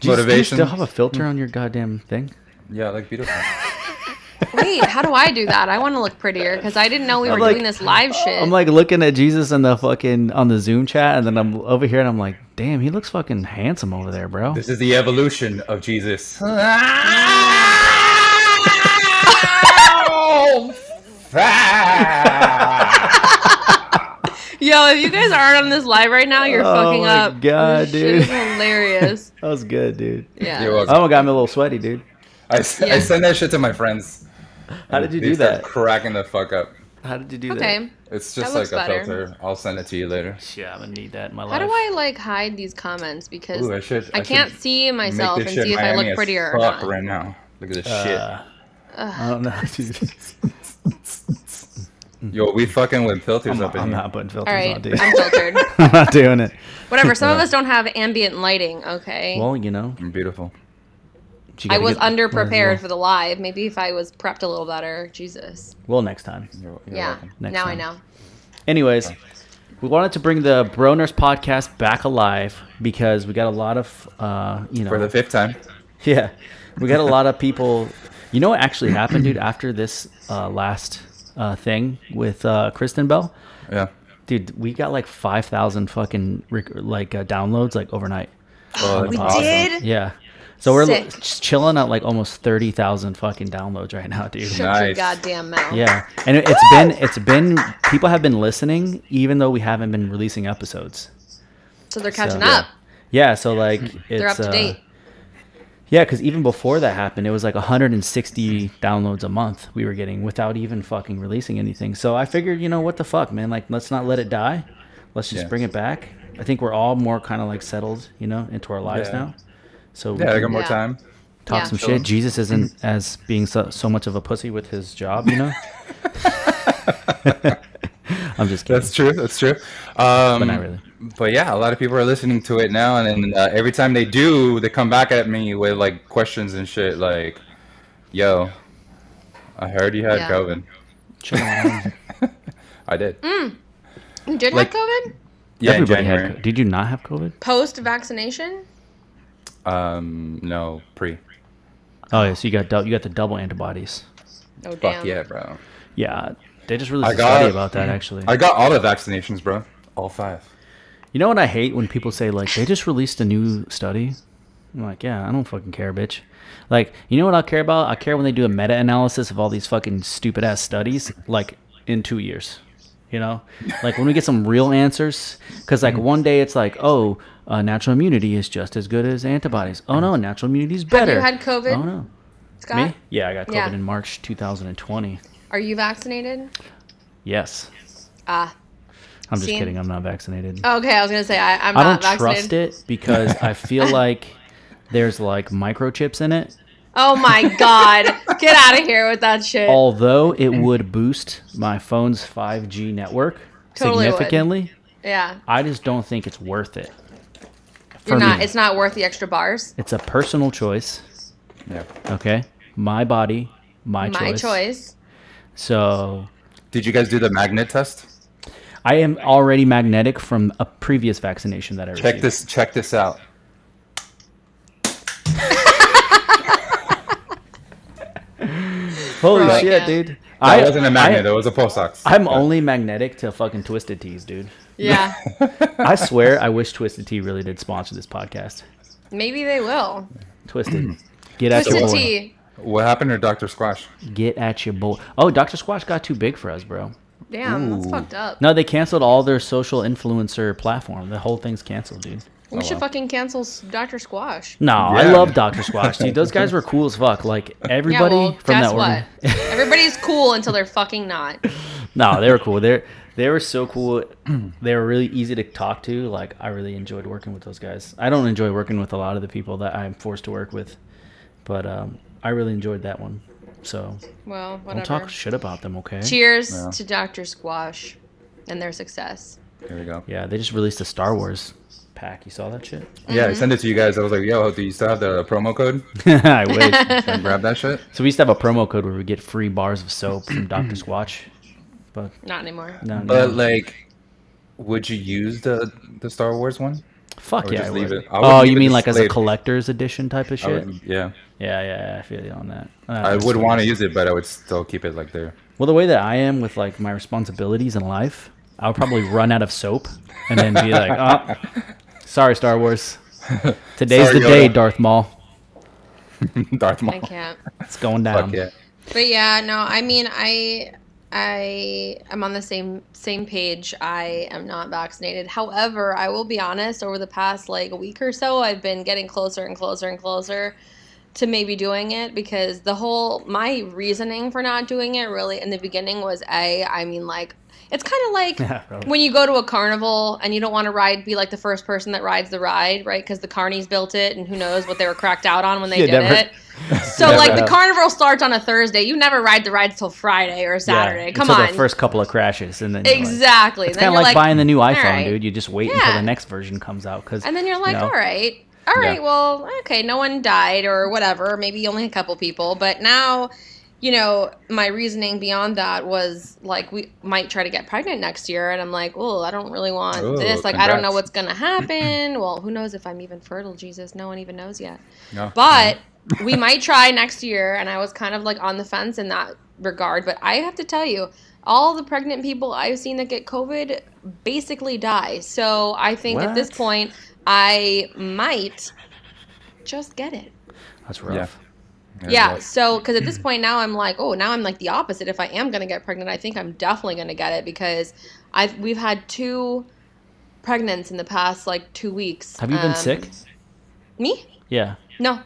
S1: do you
S2: Motivation.
S1: still have a filter on your goddamn thing?
S2: Yeah, like beautiful.
S3: Wait, how do I do that? I want to look prettier because I didn't know we
S1: I'm
S3: were
S1: like-
S3: doing this live shit.
S1: I'm like looking at Jesus in the fucking on the Zoom chat, and then I'm over here and I'm like, damn, he looks fucking handsome over there, bro.
S2: this is the evolution of
S3: <laughs>
S2: Jesus.
S3: Oh, Yo, if you guys aren't on this live right now, you're
S1: Oh
S3: fucking
S1: my
S3: up.
S1: God,
S3: This shit is
S1: dude. <laughs>
S3: hilarious.
S1: That was good,
S2: <laughs>
S1: dude.
S3: Yeah.
S2: You're welcome.
S1: That one got me a little sweaty, dude.
S2: I, s- I
S3: Yeah.
S2: send that shit to my friends.
S1: How did you
S2: They
S1: do
S2: start
S1: that?
S2: Cracking the fuck up.
S1: How did you do that?
S3: Okay.
S2: It's just
S3: That
S2: like a
S3: looks better.
S2: filter. I'll send it to you later.
S1: Yeah, I'm gonna need that in my
S3: How
S1: life.
S3: do I like hide these comments because
S2: Ooh, I should.
S3: I, can't
S2: should
S3: see
S2: make
S3: myself
S2: this
S3: and
S2: shit
S3: see if I
S2: Miami
S3: look
S2: as
S3: prettier or
S2: fuck
S3: not.
S2: right now. Look at this
S1: Uh, I don't know, <laughs> dude.
S2: shit. Yo, we fucking with filters
S1: I'm,
S2: up in
S1: I'm
S2: here.
S1: not putting filters
S3: All right,
S1: on, dude.
S3: I'm filtered.
S1: <laughs> I'm not doing it.
S3: Whatever. Some of us don't have ambient lighting. Okay.
S1: Well, you know,
S2: I'm beautiful.
S1: you
S3: I
S1: gotta
S3: was
S1: get-
S3: underprepared for the live. Maybe if I was prepped a little better. Jesus.
S1: Well, next time.
S2: You're, you're
S3: Yeah.
S2: welcome.
S1: Next
S3: now I
S1: time.
S3: know.
S1: Anyways, we wanted to bring the Bro Nurse podcast back alive because we got a lot of, uh, you know,
S2: For the fifth time.
S1: <laughs> yeah, we got a lot of people. You know what actually happened, dude? After this uh, last uh, thing with uh, Kristen Bell,
S2: Yeah.
S1: dude, we got like five thousand fucking rec- like uh, downloads like overnight.
S2: Oh, that's
S3: We
S2: awesome.
S3: did.
S1: Yeah. So we're li-
S3: Sick.
S1: just chilling at like almost thirty thousand fucking downloads right now, dude.
S3: Shut your
S2: Nice.
S3: goddamn mouth.
S1: Yeah, and it- it's been it's been people have been listening even though we haven't been releasing episodes.
S3: So they're catching
S1: yeah.
S3: up.
S1: Yeah, so like it's
S3: They're up to
S1: uh,
S3: date.
S1: Yeah, because even before that happened, it was like 160 downloads a month we were getting without even fucking releasing anything. So I figured, you know what the fuck, man? Like, let's not let it die. Let's just
S2: Yeah.
S1: bring it back. I think we're all more kind of like settled, you know, into our lives
S2: Yeah.
S1: now. So we
S2: Yeah, I
S1: can
S2: got more
S3: Yeah.
S2: time.
S1: talk
S3: Yeah.
S1: some shit. Jesus isn't as being so, so much of a pussy with his job,
S2: <laughs>
S1: you know. <laughs> I'm just kidding.
S2: That's true. That's true. Um,
S1: not
S2: <laughs>
S1: really.
S2: But yeah, a lot of people are listening to it now, and then uh, every time they do, they come back at me with like questions and shit, like, "Yo, I heard you had
S3: Yeah.
S2: COVID.
S1: Chill out.
S2: I did.
S3: Mm. You did
S2: like-
S3: have COVID?
S2: Yeah, in
S1: Everybody
S2: January.
S1: had. co- Did you not have COVID?
S3: Post vaccination?
S2: Um, no, pre.
S1: Oh yeah, so you got dou- you got the double antibodies.
S3: Oh damn.
S2: Fuck yeah, bro.
S1: Yeah, they just released
S2: I
S1: a
S2: got-
S1: study about that actually.
S2: I got all the vaccinations, bro. All five.
S1: You know what I hate when people say like they just released a new study. I'm like, yeah, I don't fucking care, bitch. Like, you know what I care about? I care when they do a meta-analysis of all these fucking stupid ass studies, like in two years. You know, like when we get some real answers, because like one day it's like, oh, uh, natural immunity is just as good as antibodies. Oh no, natural immunity is better.
S3: had COVID,
S1: Oh no,
S3: Scott,
S1: me? Yeah, I got COVID
S3: Yeah.
S1: in March 2020.
S3: are you vaccinated?
S1: Yes, Uh,
S3: Ah.
S1: I'm just
S3: See? Oh,
S1: kidding. I'm not vaccinated.
S3: Okay, I was gonna say I, I'm
S1: I
S3: not
S1: don't
S3: vaccinated.
S1: trust it because
S3: <laughs>
S1: I feel like there's like microchips in it.
S3: Oh
S1: <laughs>
S3: my god, get out of here with that shit.
S1: Although it would boost my phone's 5G network
S3: Totally would.
S1: significantly,
S3: yeah,
S1: I just don't think it's worth it.
S3: you're
S1: For
S3: not.
S1: me.
S3: It's not worth the extra bars.
S1: It's a personal choice.
S2: Yeah.
S1: Okay, my body, my,
S3: My
S1: choice.
S3: choice.
S1: <laughs> So
S2: Did you guys do the magnet test?
S1: I am already magnetic from a previous vaccination that I received.
S2: Check this. Check this out.
S1: Holy
S3: Right.
S1: shit,
S3: Yeah.
S1: dude!
S2: That wasn't a magnet. That was a Pulsox.
S1: I, I'm only magnetic to fucking twisted tees, dude.
S3: Yeah,
S1: I swear, I wish Twisted Tea really did sponsor this podcast.
S3: maybe they will.
S1: Twisted. Get at your
S3: Twisted
S1: boy.
S3: tea.
S2: What happened to Doctor Squash?
S1: Get at your boy. Oh, Dr. Squash got too big for us, bro.
S3: Damn, that's
S2: Ooh.
S3: fucked up.
S1: No, they canceled all their social influencer platform. The whole thing's canceled, dude.
S2: Oh,
S3: we should fucking cancel S- Dr. Squash.
S1: No, I
S2: Yeah.
S1: love Dr. Squash, dude. Those guys were cool as fuck. Like everybody
S3: yeah, well,
S1: from
S3: guess
S1: that
S3: what?
S1: organ-
S3: Everybody's cool until they're fucking not.
S1: <laughs> No, they were cool. They they were so cool. <clears throat> They were really easy to talk to. Like I really enjoyed working with those guys. I don't enjoy working with a lot of the people that I'm forced to work with, but um, I really enjoyed that one. So
S3: Well,
S1: don't
S3: whatever.
S1: talk shit about them, okay?
S3: Cheers
S2: Yeah.
S3: to Dr. Squash and their success.
S2: Here we go.
S1: Yeah, they just released a Star Wars pack. You saw
S3: <laughs>
S1: that shit?
S2: Yeah, I
S3: Mm-hmm.
S2: sent it to you guys. I was like, "Yo, do you still have the promo code?
S1: I
S3: <laughs>
S1: wish.
S2: Can I grab that shit."
S1: so we used to have a promo code where we get free bars of
S3: <clears throat>
S1: soap from Dr. Squatch. But
S3: Not anymore.
S1: <laughs> no, no.
S2: But like, would you use the the Star Wars one?
S1: Fuck
S2: would
S1: yeah.
S2: just
S1: I
S2: leave
S1: would.
S2: it- I would
S1: Oh,
S2: leave
S1: you
S2: it
S1: mean like as a
S2: displayed.
S1: collector's edition type of
S2: I
S1: shit?
S2: would- yeah.
S1: yeah, yeah, yeah, I feel you on that. Uh,
S2: I would
S1: so-
S2: want to use it, but I would still keep it like there. <laughs>
S1: Well, the way that I am with like my responsibilities in life, I would probably run out of soap and then be like,
S2: <laughs>
S1: oh, sorry, Star Wars. Today's
S2: Sorry,
S1: the day,
S2: Yoda."
S1: Darth Maul.
S2: Darth Maul.
S3: I can't.
S1: It's going down.
S2: Fuck yeah.
S3: But yeah, no, I mean, I I am on the same same page. I am not vaccinated. However, I will be honest, over the past like a week or so, I've been getting closer and closer and closer to maybe doing it because the whole my reasoning for not doing it really in the beginning was a I mean like it's kind of like
S1: <laughs> Yeah, probably.
S3: when you go to a carnival and you don't want to ride be like the first person that rides the ride right because the carnies built it and who knows what they were cracked out on when they
S1: Yeah,
S3: did
S1: never-
S3: it so
S2: Never
S3: like the
S2: have.
S3: carnival starts on a Thursday. You never ride the rides till Friday or Saturday.
S1: Yeah,
S3: Come
S1: until
S3: on.
S1: the first couple of crashes, and then you're like-
S3: exactly.
S1: it's
S3: Then
S1: kind of
S3: you're
S1: like, buying the new iPhone,
S3: right.
S1: dude. You just wait until
S3: Yeah.
S1: the next version comes out because.
S3: And then you're like,
S1: you know.
S3: all right, all
S2: Yeah.
S3: right, well, okay, no one died or whatever. Maybe only a couple people, but now, you know, my reasoning beyond that was like we might try to get pregnant next year, and I'm like, oh, I don't really want
S2: Oh,
S3: this. Like, I don't know
S2: congrats.
S3: what's
S1: <clears throat>
S3: gonna happen. well, who knows if I'm even fertile? Jesus, no one even knows yet.
S2: No.
S3: But we might try next year. And I was kind of like on the fence in that regard. But I have to tell you, all the pregnant people I've seen that get COVID basically die. So I think at this
S1: What?
S3: point, I might just get it.
S1: That's rough.
S2: Yeah.
S3: yeah.
S2: rough.
S3: So, because at this point now I'm like, oh, now I'm like the opposite. If I am going to get pregnant, I think I'm definitely going to get it because I've we've had two pregnants in the past like two weeks.
S1: Have you been
S3: Um,
S1: sick?
S3: Me?
S1: Yeah.
S3: No.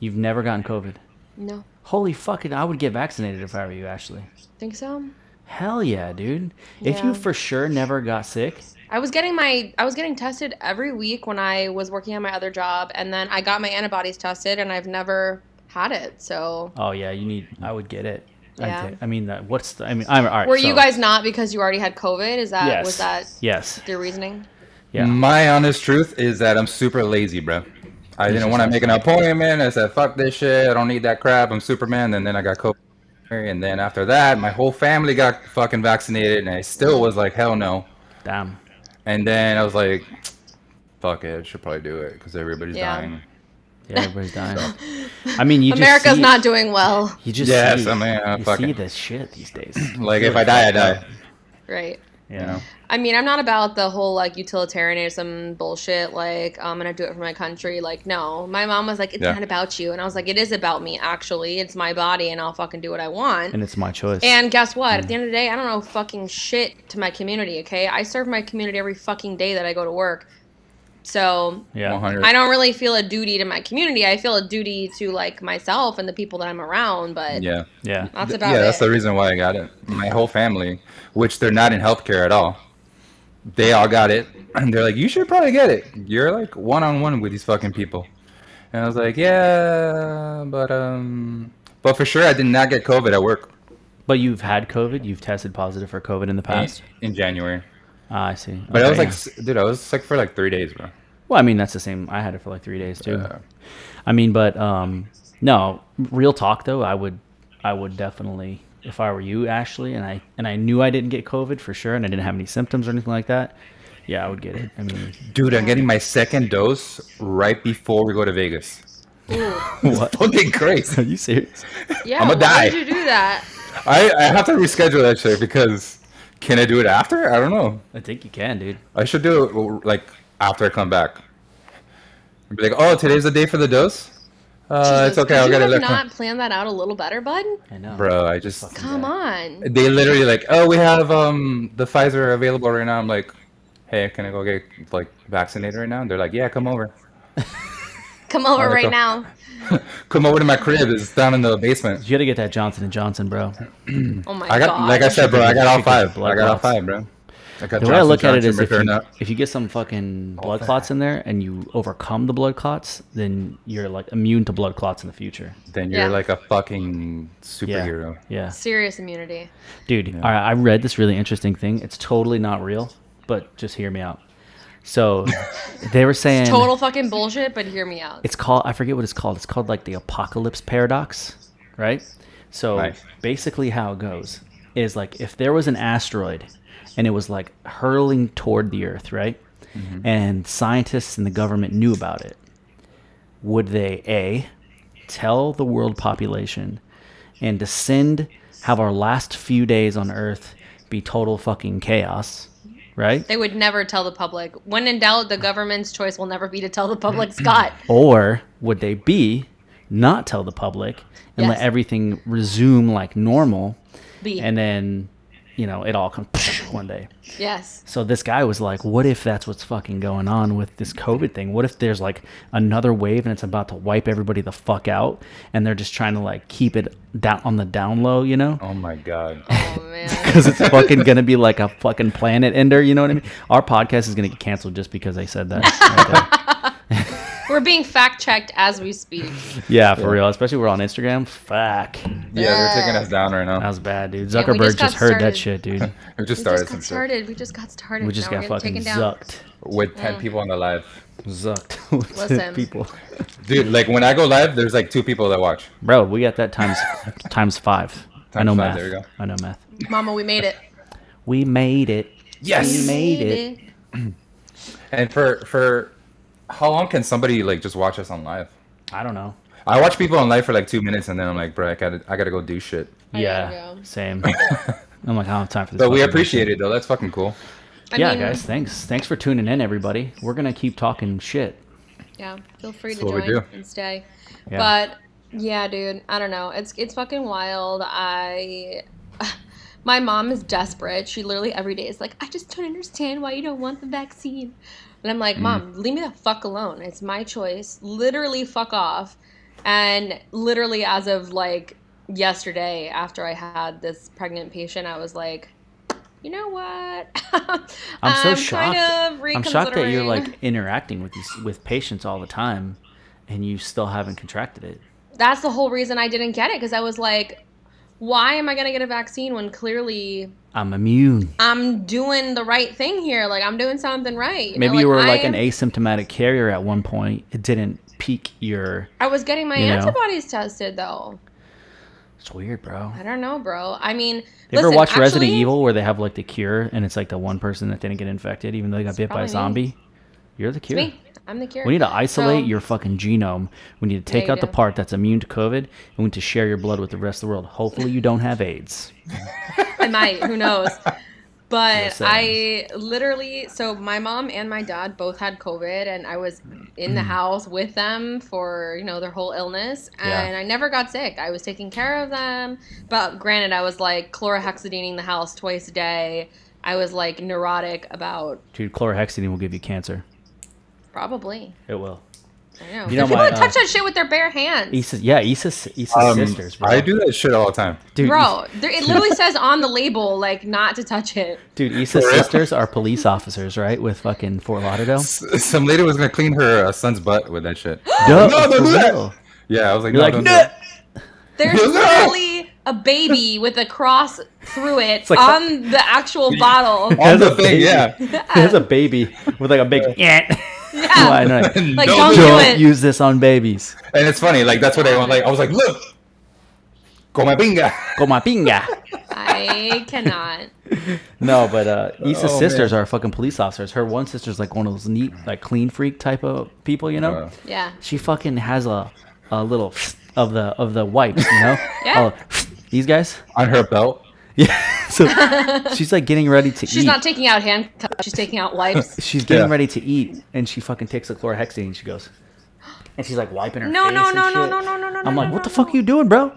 S1: You've never gotten COVID.
S3: No.
S1: Holy fucking! I would get vaccinated if I were you, Ashley.
S3: Think so?
S1: Hell yeah, dude. If
S3: Yeah.
S1: you for sure never got sick,
S3: I was getting my I was getting tested every week when I was working on my other job, and then I got my antibodies tested, and I've never had it. So
S1: oh yeah, you need. I would get it. I'd
S3: Yeah.
S1: take- I mean, that, what's the? I mean, I'm all right.
S3: were
S1: so-
S3: you guys not because you already had COVID? Is that
S1: Yes.
S3: was that
S1: Yes.
S3: your reasoning?
S1: Yeah.
S2: My honest truth is that I'm super lazy, bro. I didn't want to make an appointment. I said, "Fuck this shit. I don't need that crap. I'm Superman." And then I got COVID, and then after that, my whole family got fucking vaccinated, and I still
S3: Mm-hmm.
S2: was like, "Hell no."
S1: Damn.
S2: And then I was like, "Fuck it. I should probably do it because everybody's
S3: Yeah.
S2: dying."
S1: Yeah, everybody's dying.
S3: <laughs>
S1: I mean, you. just
S3: America's
S1: see,
S3: not doing well,
S1: You just
S2: Yes,
S1: see,
S2: I mean, uh,
S1: you
S2: fucking-
S1: see this shit these days.
S2: <clears throat> Like if I die, I die.
S3: right?
S2: You know?
S3: I mean, I'm not about the whole like utilitarianism bullshit. Like, I'm gonna do it for my country. Like, no. My mom was like, "It's
S2: Yeah.
S3: not about you," and I was like, "It is about me. Actually, it's my body, and I'll fucking do what I want."
S1: and it's my choice.
S3: And guess what?
S2: Hmm.
S3: At the end of the day, I don't know fucking shit to my community, okay? I serve my community every fucking day that I go to work. So
S1: yeah.
S2: 100.
S3: I don't really feel a duty to my community. I feel a duty to like myself and the people that I'm around, but
S2: Yeah.
S1: Yeah.
S3: that's
S2: Th-
S3: about
S2: yeah,
S3: it.
S2: that's the reason why I got it. My whole family, which they're not in healthcare at all, they all got it, <clears throat> and they're like, "You should probably get it. You're like one on one with these fucking people." And I was like, "Yeah, but um, but for sure, I did not get COVID at work
S1: <laughs> But you've had COVID. You've tested positive for COVID in the
S2: in,
S1: past.
S2: in January."
S1: Ah, I see.
S2: But I
S1: Okay,
S2: was like,
S1: yeah.
S2: s- dude, I was sick for like three days, bro.
S1: well, I mean, that's the same. I had it for like three days too.
S2: Uh,
S1: I mean, but um, no, real talk though, I would, I would definitely, if I were you, Ashley, and I and I knew I didn't get COVID for sure, and I didn't have any symptoms or anything like that, yeah, I would get it. I
S2: <laughs>
S1: mean,
S2: Dude, I'm getting my second dose right before we go to Vegas. <laughs>
S1: what? <laughs>
S2: Fucking crazy.
S1: Are you serious?
S3: yeah,
S2: I'ma
S3: why
S2: die.
S3: did you do that?
S2: I, I have to reschedule that shit because can I do it after? I don't know.
S1: I think you can, dude.
S2: I should do it like after I come back. And be like, oh, today's the day for the dose. Uh, it's
S3: Jesus,
S2: okay.
S3: could
S2: I'll
S3: you
S2: get it
S3: have
S2: left.
S3: not planned that out a little better, bud?
S1: I know,
S2: Bro, I just
S3: Come on.
S2: they literally like, oh, we have um the Pfizer available right now. I'm like, hey, can I go get like vaccinated right now? And they're like, yeah, come over.
S3: Come over right
S2: Alright, go.
S3: now.
S2: Come over to my crib. It's down in the basement.
S1: You gotta get that Johnson and Johnson, bro.
S3: Oh my
S2: I got,
S3: god.
S2: like I said, bro, I got all
S1: Should get
S2: five.
S1: blood
S2: I got all
S1: clots.
S2: five, bro. I got
S1: The way I
S2: Johnson,
S1: look at it
S2: Johnson,
S1: is, if you,
S2: Moderna.
S1: if you get some fucking blood
S2: that.
S1: clots in there and you overcome the blood clots, then you're like immune to blood clots in the future.
S2: then you're
S3: Yeah.
S2: like a fucking
S1: Yeah.
S2: superhero.
S1: Yeah.
S3: serious immunity.
S1: Dude, all right, I read this really interesting thing. It's totally not real, but just hear me out. So they were saying
S3: Total fucking bullshit, but hear me out.
S1: it's called I forget what it's called. It's called like the apocalypse paradox, right? So
S2: Nice.
S1: basically how it goes is like if there was an asteroid and it was like hurling toward the earth, right? and scientists and the government knew about it, would they A, tell the world population and descend, have our last few days on Earth be total fucking chaos, right?
S3: They would never tell the public. When in doubt, the government's choice will never be to tell the
S1: <clears throat>
S3: public, Scott.
S1: Or would they B, not tell the public and let
S3: Yes.
S1: everything resume like normal
S3: B.
S1: and then, you know, it all comes <sniffs> one day.
S3: yes.
S1: So this guy was like, "What if that's what's fucking going on with this COVID thing? What if there's like another wave and it's about to wipe everybody the fuck out, and they're just trying to like keep it down on the down low, you know?
S2: Oh
S3: <laughs>
S2: my god.
S3: Oh man.
S1: <laughs> Because it's fucking gonna be like a fucking planet ender, you know what I mean? Our podcast is gonna get canceled just because they said that. right
S3: We're being fact checked as we speak.
S1: there. yeah, for real. Especially we're on Instagram. Fuck,
S2: Yeah, they're taking us down right
S1: that
S2: now.
S1: was bad, dude.
S3: Yeah, we
S1: Zuckerberg
S3: just
S1: just,
S3: got
S1: heard
S3: started.
S1: that
S3: <laughs>
S1: shit, dude.
S2: We just
S3: We
S2: started
S3: just
S2: some
S3: got
S2: shit
S3: started. We just got started.
S1: We just
S3: now
S1: got
S3: we're getting
S1: fucking
S3: taken down.
S1: zucked,
S2: with ten people on the live.
S1: zucked
S2: <laughs>
S1: with
S3: Listen.
S1: people.
S2: Dude, like when I go live, there's like two people that watch.
S1: Bro, we got that times times five. I
S2: Times
S1: know
S2: five,
S1: math.
S2: there you go.
S1: I know math.
S3: Mama, we made it.
S1: We made it.
S2: Yes.
S1: We made it.
S2: And for for how long can somebody like just watch us on live?
S1: I don't know.
S2: I watch people on live for like two minutes, and then I'm like, bro, I gotta I gotta go do shit.
S3: I gotta
S1: yeah.
S3: go.
S2: <laughs>
S1: Same. I'm like, I don't have time for this.
S2: But we
S1: fucking
S2: appreciate it though. That's fucking cool.
S3: I
S1: bullshit. Yeah,
S3: mean,
S1: guys. Thanks. Thanks for tuning in, everybody. We're gonna keep talking shit.
S3: Yeah, feel free
S2: That's
S3: to
S2: what we
S3: join
S2: do.
S3: and stay.
S1: Yeah.
S3: But yeah, dude, I don't know. It's it's fucking wild. I <laughs> my mom is desperate. She literally every day is like, I just don't understand why you don't want the vaccine. And I'm like,
S1: Mm.
S3: Mom, leave me the fuck alone. It's my choice. Literally fuck off. And literally as of like yesterday after I had this pregnant patient, I was like, you know what? <laughs> I'm,
S1: I'm so
S3: kind
S1: shocked.
S3: of
S1: I'm shocked that you're
S3: reconsidering.
S1: like interacting with these with patients all the time, and you still haven't contracted it.
S3: that's the whole reason I didn't get it because I was like, why am I gonna get a vaccine when clearly
S1: I'm immune.
S3: I'm doing the right thing here? Like I'm doing something right. know,
S1: Maybe you were
S3: I
S1: like an
S3: am-
S1: asymptomatic carrier at one point. It didn't peak your.
S3: I was getting my
S1: you know.
S3: antibodies tested though.
S1: It's weird, bro.
S3: I don't know, bro. I mean,
S1: You ever
S3: listen,
S1: watch Resident
S3: actually-
S1: Evil where they have like the cure and it's like the one person that didn't get infected even though they got bit by a
S3: probably me.
S1: zombie? You're the
S3: It's
S1: cure.
S3: me. I'm the cure.
S1: We need to isolate
S3: So-
S1: your fucking genome. We need to
S3: Yeah,
S1: take
S3: you
S1: out the
S3: do.
S1: part that's immune to COVID and we need to share your blood with the rest of the world. Hopefully you don't have AIDS.
S3: I might. Who knows? But
S1: Yes,
S3: I literally, so my mom and my dad both had COVID, and I was in
S1: Mm.
S3: the house with them for you know their whole illness,
S1: Yeah.
S3: and I never got sick. I was taking care of them, but granted, I was like chlorhexadining the house twice a day. I was like neurotic about
S1: Dude, chlorhexidine will give you cancer.
S3: probably.
S1: It will.
S3: I know.
S1: You know
S3: People
S1: my,
S3: would touch
S1: uh,
S3: that shit with their bare hands,
S1: Issa's yeah, Issa's Issa's
S2: Um,
S1: sisters, bro.
S2: I do that shit all the time.
S1: Dude,
S3: bro. There,
S1: <laughs>
S3: it literally says on the label like not to touch it.
S1: Dude, Issa's
S2: For real?
S1: sisters are police officers, right? With fucking Fort Lauderdale.
S2: S- some lady was gonna clean her uh, son's butt with that
S1: <gasps>
S2: shit.
S1: Duh,
S2: No, don't
S1: Oh, for
S2: do that.
S1: real.
S2: Yeah, I was like,
S1: You're
S2: no,
S1: like,
S2: don't do
S1: "Nah."
S2: it.
S1: <laughs>
S3: There's
S2: No.
S3: literally a baby with a cross through it
S1: like-
S3: on the actual bottle.
S1: <laughs>
S2: On
S1: As
S2: the
S1: a
S2: thing,
S1: baby.
S2: yeah.
S1: There's a baby with like a big yeah.
S3: Yeah. Like, <laughs>
S2: No,
S3: don't,
S2: dude.
S3: do
S1: Don't
S3: it.
S1: use this on babies.
S2: And it's funny, like that's what I was like. I was like, look, go my <laughs> binga.
S1: Coma pinga.
S3: I cannot.
S1: No, but uh, Issa's
S2: Oh,
S1: sisters are fucking police officers. Her one sister's like one of those neat, like clean freak type of people, you know.
S2: Uh.
S3: Yeah.
S1: she fucking has a a little <laughs> of the of the wipes, you know.
S3: <laughs> Yeah.
S1: Oh, <laughs> these guys.
S2: on her belt.
S1: Yeah.
S3: <laughs>
S1: So she's like getting ready to
S3: She's
S1: eat.
S3: not taking out handcuffs. She's taking out
S1: <laughs>
S3: wipes.
S1: she's getting
S2: Yeah.
S1: ready to eat, and she fucking takes a chlorhexidine. And she goes, and she's like wiping her
S3: No,
S1: face.
S3: no,
S1: and
S3: no, no,
S1: shit.
S3: no, no, no, no.
S1: I'm
S3: no,
S1: like,
S3: no,
S1: what the
S3: no.
S1: fuck are you doing,
S2: <laughs>
S1: bro?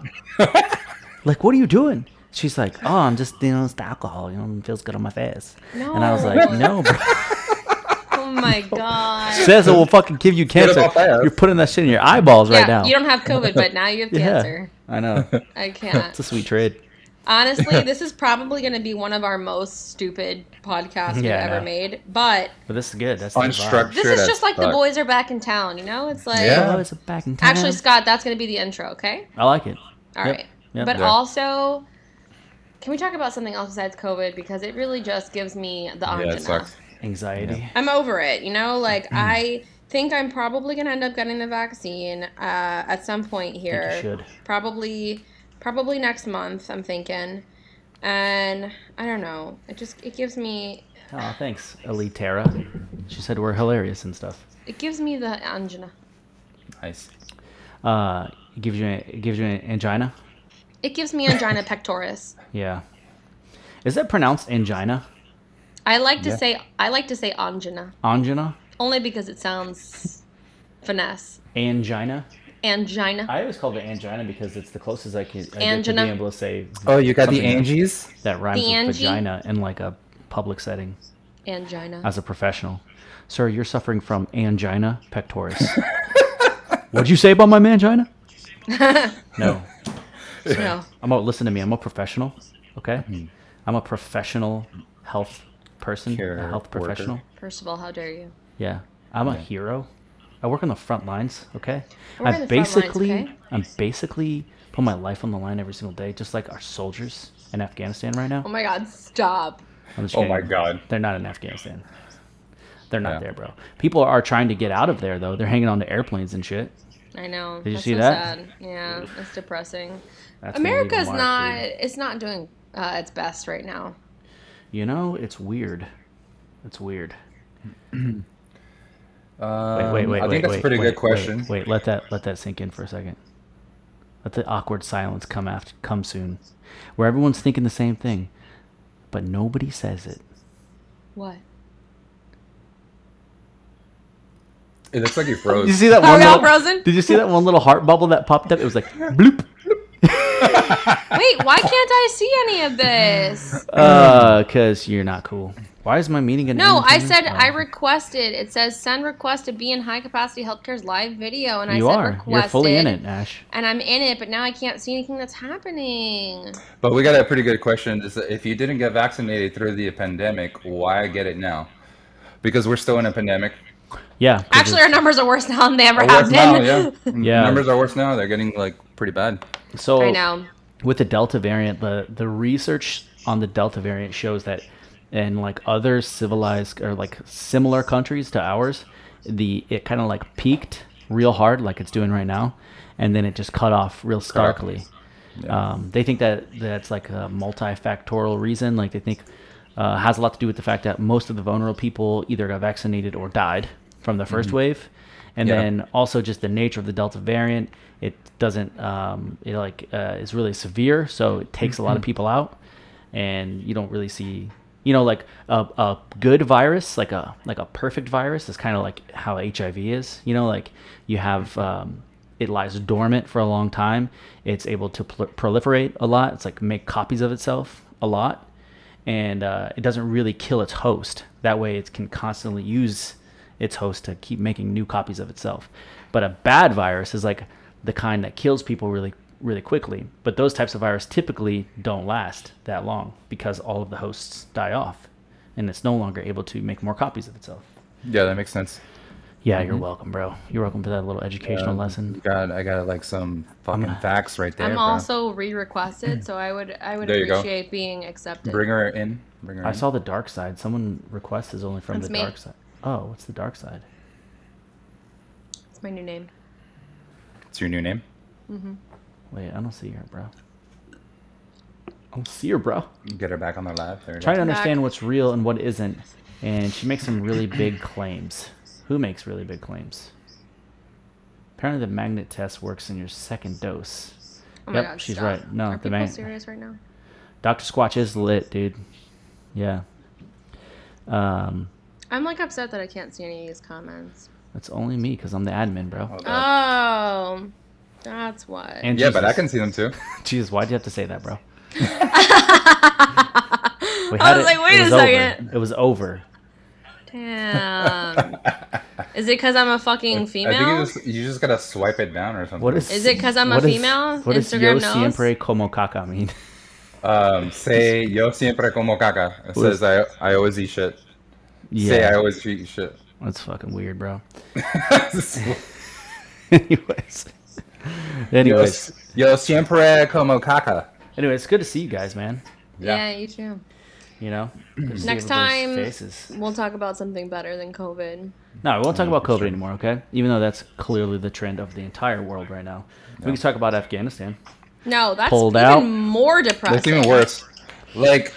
S1: like, what are you doing? She's like, oh, I'm just, you know, it's the alcohol, you know, it feels good on my face. And I was like, no, bro.
S3: <laughs>
S1: <laughs>
S3: Oh my god.
S1: Says it will fucking give you
S2: it
S1: cancer.
S2: off my ass.
S1: You're putting that shit in your eyeballs
S3: Yeah,
S1: right now.
S3: you don't have COVID, but now you have
S1: <laughs> yeah,
S3: cancer.
S1: I
S2: <laughs>
S1: know. <laughs>
S3: I
S1: It's a
S3: can't.
S1: sweet trade. <laughs>
S3: Honestly, this is probably going to be one of our most stupid podcasts we've
S1: Yeah, I
S3: ever
S1: know.
S3: made. But
S1: But this is good. That's
S2: Unstructured.
S3: this
S2: Sure
S3: is
S2: does.
S3: just like the
S2: Fuck.
S3: boys are back in town. You know, it's like
S2: Yeah.
S1: Oh, it's a back in time.
S3: actually, Scott, that's going to be the intro. Okay.
S1: I like it.
S3: All
S1: Yep.
S3: right.
S1: Yep.
S3: But
S2: Yeah.
S3: also, can we talk about something else besides COVID? Because it really just gives me the
S2: Yeah,
S3: angina.
S2: it sucks.
S1: Anxiety.
S3: I'm over it. You know,
S2: <clears throat>
S3: like I think I'm probably gonna end up getting the vaccine uh, at some point here.
S1: should.
S3: Probably, probably next month. I'm thinking, and I don't know. It just it gives me
S1: Oh, thanks, Elitera. She said we're hilarious and stuff.
S3: It gives me the angina.
S2: Nice.
S1: Uh, it gives you it gives you an angina.
S3: It gives me angina pectoris.
S1: Yeah. Is that pronounced angina?
S3: I like to
S2: Yeah.
S3: say I like to say angina
S1: Angina?
S3: only because it sounds finesse.
S1: Angina?
S3: Angina.
S1: I always called it angina because it's the closest I can I get to
S3: Angina.
S1: be able to say
S2: Oh, you got the
S1: something
S2: Angies?
S1: that rhymes
S3: The
S1: with
S3: Angie?
S1: vagina in like a public setting
S3: angina.
S1: as a professional. Sir, you're suffering from angina
S2: <laughs>
S1: pectoris. What'd you say about my
S3: <laughs>
S1: mangina? No.
S3: no.
S1: I'm a listen to me. I'm a professional. Okay.
S2: Hmm.
S1: I'm a professional health person.
S2: Care
S1: a health
S2: worker.
S1: professional.
S3: First of all, how dare you?
S1: Yeah. I'm a hero. I work on the front lines, okay?
S3: We're
S1: I
S3: on the front lines,
S1: basically
S3: okay?
S1: I'm basically put my life on the line every single day, just like our soldiers in Afghanistan right now.
S3: Oh my god, stop.
S1: I'm just
S2: Oh my
S1: kidding.
S2: God.
S1: They're not in Afghanistan. They're not
S2: Yeah.
S1: there, bro. People are trying to get out of there though. They're hanging on to airplanes and shit.
S3: I know.
S1: Did you
S3: that's
S1: see
S3: so
S1: that?
S3: sad. Yeah, it's depressing.
S1: That's gonna leave a
S3: America's
S1: mark,
S3: not
S1: dude.
S3: it's not doing uh, its best right now.
S1: You know, it's weird. It's weird.
S2: Um,
S1: Wait, wait, wait.
S2: I think
S1: wait,
S2: that's
S1: wait,
S2: a pretty
S1: wait,
S2: good question.
S1: Wait, wait, let that let that sink in for a second. Let the awkward silence come after come soon, where everyone's thinking the same thing, but nobody says it.
S3: What?
S2: It looks like you froze.
S1: Did you see that
S3: Are
S1: one?
S3: we all
S1: little,
S3: frozen?
S1: Did you see that one little heart bubble that popped up? It
S2: <laughs>
S1: was like bloop.
S3: Wait, why can't I see any of
S1: <laughs>
S2: Mm.
S3: this?
S1: Uh, cause you're not cool. Why is my meeting gonna?
S3: No,
S1: end Oh. in
S3: I
S1: 10
S3: said
S1: minutes?
S3: I requested. It says send request to be in high capacity healthcare's live video, and I
S1: You
S3: said
S1: are.
S3: requested.
S1: You're fully in it, Ash.
S3: and I'm in it, but now I can't see anything that's happening.
S2: But we got a pretty good question. Is that if you didn't get vaccinated through the pandemic, why get it now? Because we're still in a pandemic.
S1: Yeah. 'cause
S3: Actually, our numbers are worse now than they ever
S2: Or worse
S3: have
S2: now,
S3: been. <laughs>
S1: <laughs>
S2: yeah.
S1: Yeah.
S2: Numbers are worse now. They're getting like pretty bad.
S1: it's- so
S3: I know.
S1: with the Delta variant, the the research on the Delta variant shows that in like other civilized or like similar countries to ours, the it kind of like peaked real hard, like it's doing right now, and then it just cut off real starkly. Um, they think that that's like a multifactorial reason. Like they think uh, has a lot to do with the fact that most of the vulnerable people either got vaccinated or died from the 1st wave, and
S2: Yeah.
S1: then also just the nature of the Delta variant. It doesn't um, it like uh, is really severe, so it takes a lot of people out, and you don't really see you know like a, a good virus like a like a perfect virus is kind of like how hiv is you know like you have um, it lies dormant for a long time it's able to pl- proliferate a lot it's like make copies of itself a lot and uh, it doesn't really kill its host. That way, it can constantly use its host to keep making new copies of itself. But a bad virus is like the kind that kills people really, really quickly. But those types of viruses typically don't last that long because all of the hosts die off, and it's no longer able to make more copies of itself. Mm-hmm.
S2: Yeah, that makes sense.
S1: Yeah, you're welcome, bro. You're welcome for that little educational
S2: Um,
S1: lesson.
S2: God, I got like some fucking facts right there.
S3: I'm
S2: bro.
S3: also re-requested, so I would I would
S2: There you go.
S3: appreciate being accepted.
S2: Bring her in. Bring her
S1: I
S2: in.
S1: saw the dark side. Someone requests is only from
S3: That's
S1: the
S3: me.
S1: dark side. Oh, what's the dark side?
S3: It's my new name.
S2: It's your new name.
S1: Wait, I don't see her, bro. I don't see her, bro.
S2: Get her back on the live. There it
S1: Trying to
S2: is.
S3: Back.
S1: understand what's real and what isn't, and she makes some really big claims. Who makes really big claims? Apparently, the magnet test works in your second dose.
S3: Oh my
S1: Yep,
S3: god,
S1: she's
S3: stop.
S1: right. No,
S3: Are
S1: the
S3: people
S1: man-
S3: serious right now?
S1: Doctor Squatch is lit, dude. Yeah. Um,
S3: I'm like upset that I can't see any of these comments.
S1: it's only me because I'm the admin, bro.
S2: Oh, God.
S3: Oh, that's what. <laughs>
S1: And
S2: yeah, but I
S1: Jesus.
S2: can see them too.
S1: Jesus, why'd you have to say that, bro?
S3: I
S1: We
S3: was
S1: had it-
S3: Oh, like, wait a
S1: it was over.
S3: second.
S1: It was over.
S2: <laughs>
S3: Damn. Is it because I'm a fucking
S2: I
S3: female?
S2: think you just, you just gotta swipe it down or something.
S1: What is?
S3: Is it 'cause I'm a
S1: what is-
S3: female?
S1: What does
S3: Instagram
S1: "yo
S3: knows?
S1: siempre como caca" mean? <laughs>
S2: Um, say yo siempre como caca. It
S1: What
S2: says I I always eat shit. Say I always eat shit. <laughs>
S1: that's fucking weird, bro.
S2: Yo,
S1: anyways, <laughs> anyways,
S2: yo siempre como caca.
S1: anyway, it's good to see you guys, man.
S3: yeah. you too.
S1: You know, Good to see
S3: Next
S1: everybody's
S3: time-
S1: faces.
S3: We'll talk about something better than COVID.
S1: No, we won't talk about COVID anymore, okay? Even though that's clearly the trend of the entire world right now. We can talk about Afghanistan.
S3: No, that's
S1: Pulled
S3: even
S1: out.
S3: more depressing.
S2: That's even worse. Like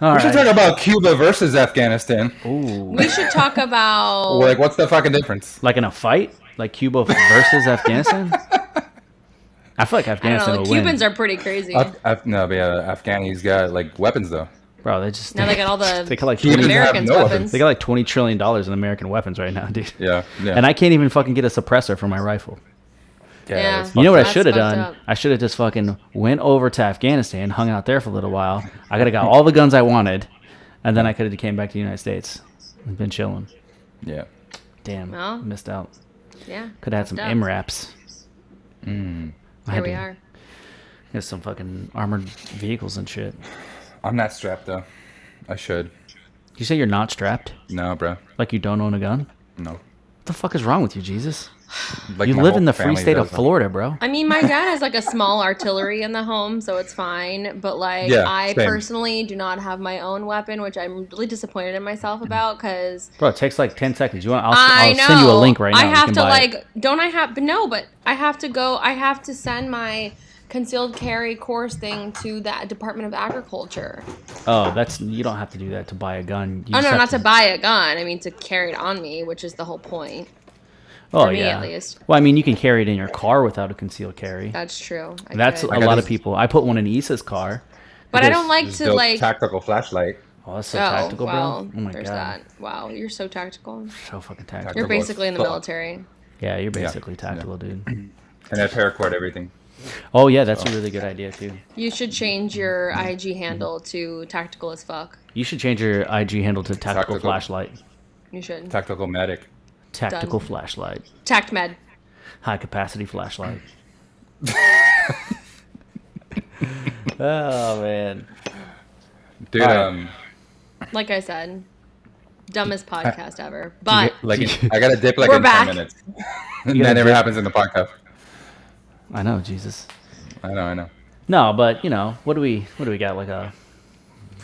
S1: All
S2: we should
S1: right.
S2: talk about Cuba versus Afghanistan.
S1: Ooh.
S3: We should talk
S2: <laughs>
S3: about.
S2: Like, what's the fucking difference?
S1: Like in a fight? Like Cuba versus Afghanistan? I feel like
S3: I
S1: Afghanistan
S3: don't know.
S1: will
S3: Cubans
S1: win.
S3: are pretty crazy.
S2: Af- Af- no, but yeah, Afghani's got like weapons though.
S1: Bro, they just
S3: now they got all the
S1: <laughs> they got like
S2: Cubans
S1: 20,
S2: have
S3: Americans
S2: no
S3: weapons.
S1: they got like 20 trillion dollars in American weapons right now, dude.
S2: Yeah, yeah.
S1: And I can't even fucking get a suppressor for my rifle.
S3: Yeah.
S2: it's
S1: You know what I
S3: That's
S1: should have
S3: fucked
S1: done?
S3: up.
S1: I should have just fucking went over to Afghanistan, hung out there for a little while. I could have got all the guns I wanted, and then I could have came back to the United States and been chilling.
S2: fucked- Yeah.
S1: Damn,
S3: Well.
S1: missed out.
S3: yeah.
S1: Could have had some
S3: fucked up.
S1: MRAPs.
S2: Mm.
S1: I
S3: Here
S1: had
S3: we
S1: to
S3: are.
S1: Get some fucking armored vehicles and shit.
S2: I'm not strapped though. I should.
S1: You say you're not strapped?
S2: No, bro.
S1: Like you don't own a gun? What
S2: No.
S1: the fuck is wrong with you, Jesus?
S2: Like
S1: You
S2: my
S1: live
S2: whole
S1: in the free
S2: family
S1: state of
S2: doesn't.
S1: Florida, bro.
S3: I mean, my dad has like a small artillery in the home, so it's fine. But like,
S2: Yeah,
S3: I
S2: same.
S3: personally do not have my own weapon, which I'm really disappointed in myself about because
S1: Bro, it takes like 10 seconds. You want? Mm-hmm. I'll,
S3: I
S1: I'll
S3: know.
S1: send you a link right now.
S3: I
S1: You
S3: have
S1: can
S3: to
S1: buy
S3: like,
S1: it.
S3: don't I have? But no, but I have to go. I have to send my concealed carry course thing to that Department of Agriculture.
S1: Oh, that's you don't have to do that to buy a gun. You
S3: Oh
S1: just
S3: no,
S1: have
S3: not to buy a gun. I mean to carry it on me, which is the whole point.
S1: oh,
S3: me,
S1: yeah.
S3: at least.
S1: Well, I mean, you can carry it in your car without a concealed carry.
S3: That's true. I
S1: That's a
S3: could.
S2: got
S1: lot
S2: this-
S1: of people. I put one in Issa's car.
S3: but I
S1: because
S3: don't like
S2: This
S3: to
S2: dope
S3: like.
S2: tactical flashlight.
S1: Oh, that's so
S3: oh
S1: tactical,
S3: well,
S1: bro. Oh my
S3: there's
S1: god,
S3: that. Wow, you're so tactical. You're
S1: so fucking tactical.
S2: Tactical as
S3: basically in the
S2: fuck.
S3: military.
S1: Yeah, you're basically tactical, dude.
S2: And I paracord everything.
S1: Oh yeah, that's a really good idea too.
S3: You should change your
S1: Mm-hmm.
S3: IG handle to tactical as fuck.
S1: You should change your IG handle to tactical,
S2: Tactical.
S1: flashlight.
S3: You should.
S2: Tactical medic.
S1: Tactical flashlight.
S3: Tact med.
S1: High capacity flashlight. oh man.
S2: Dude,
S1: Alright.
S2: um,
S3: Like I said, dumbest podcast ever. But
S2: like I gotta dip like
S3: We're
S2: in
S3: back.
S2: ten minutes. <laughs>
S1: gotta
S2: that never
S1: dip.
S2: happens in the podcast.
S1: I know, Jesus.
S2: I know, I know.
S1: No, but you know, what do we what do we got? Like a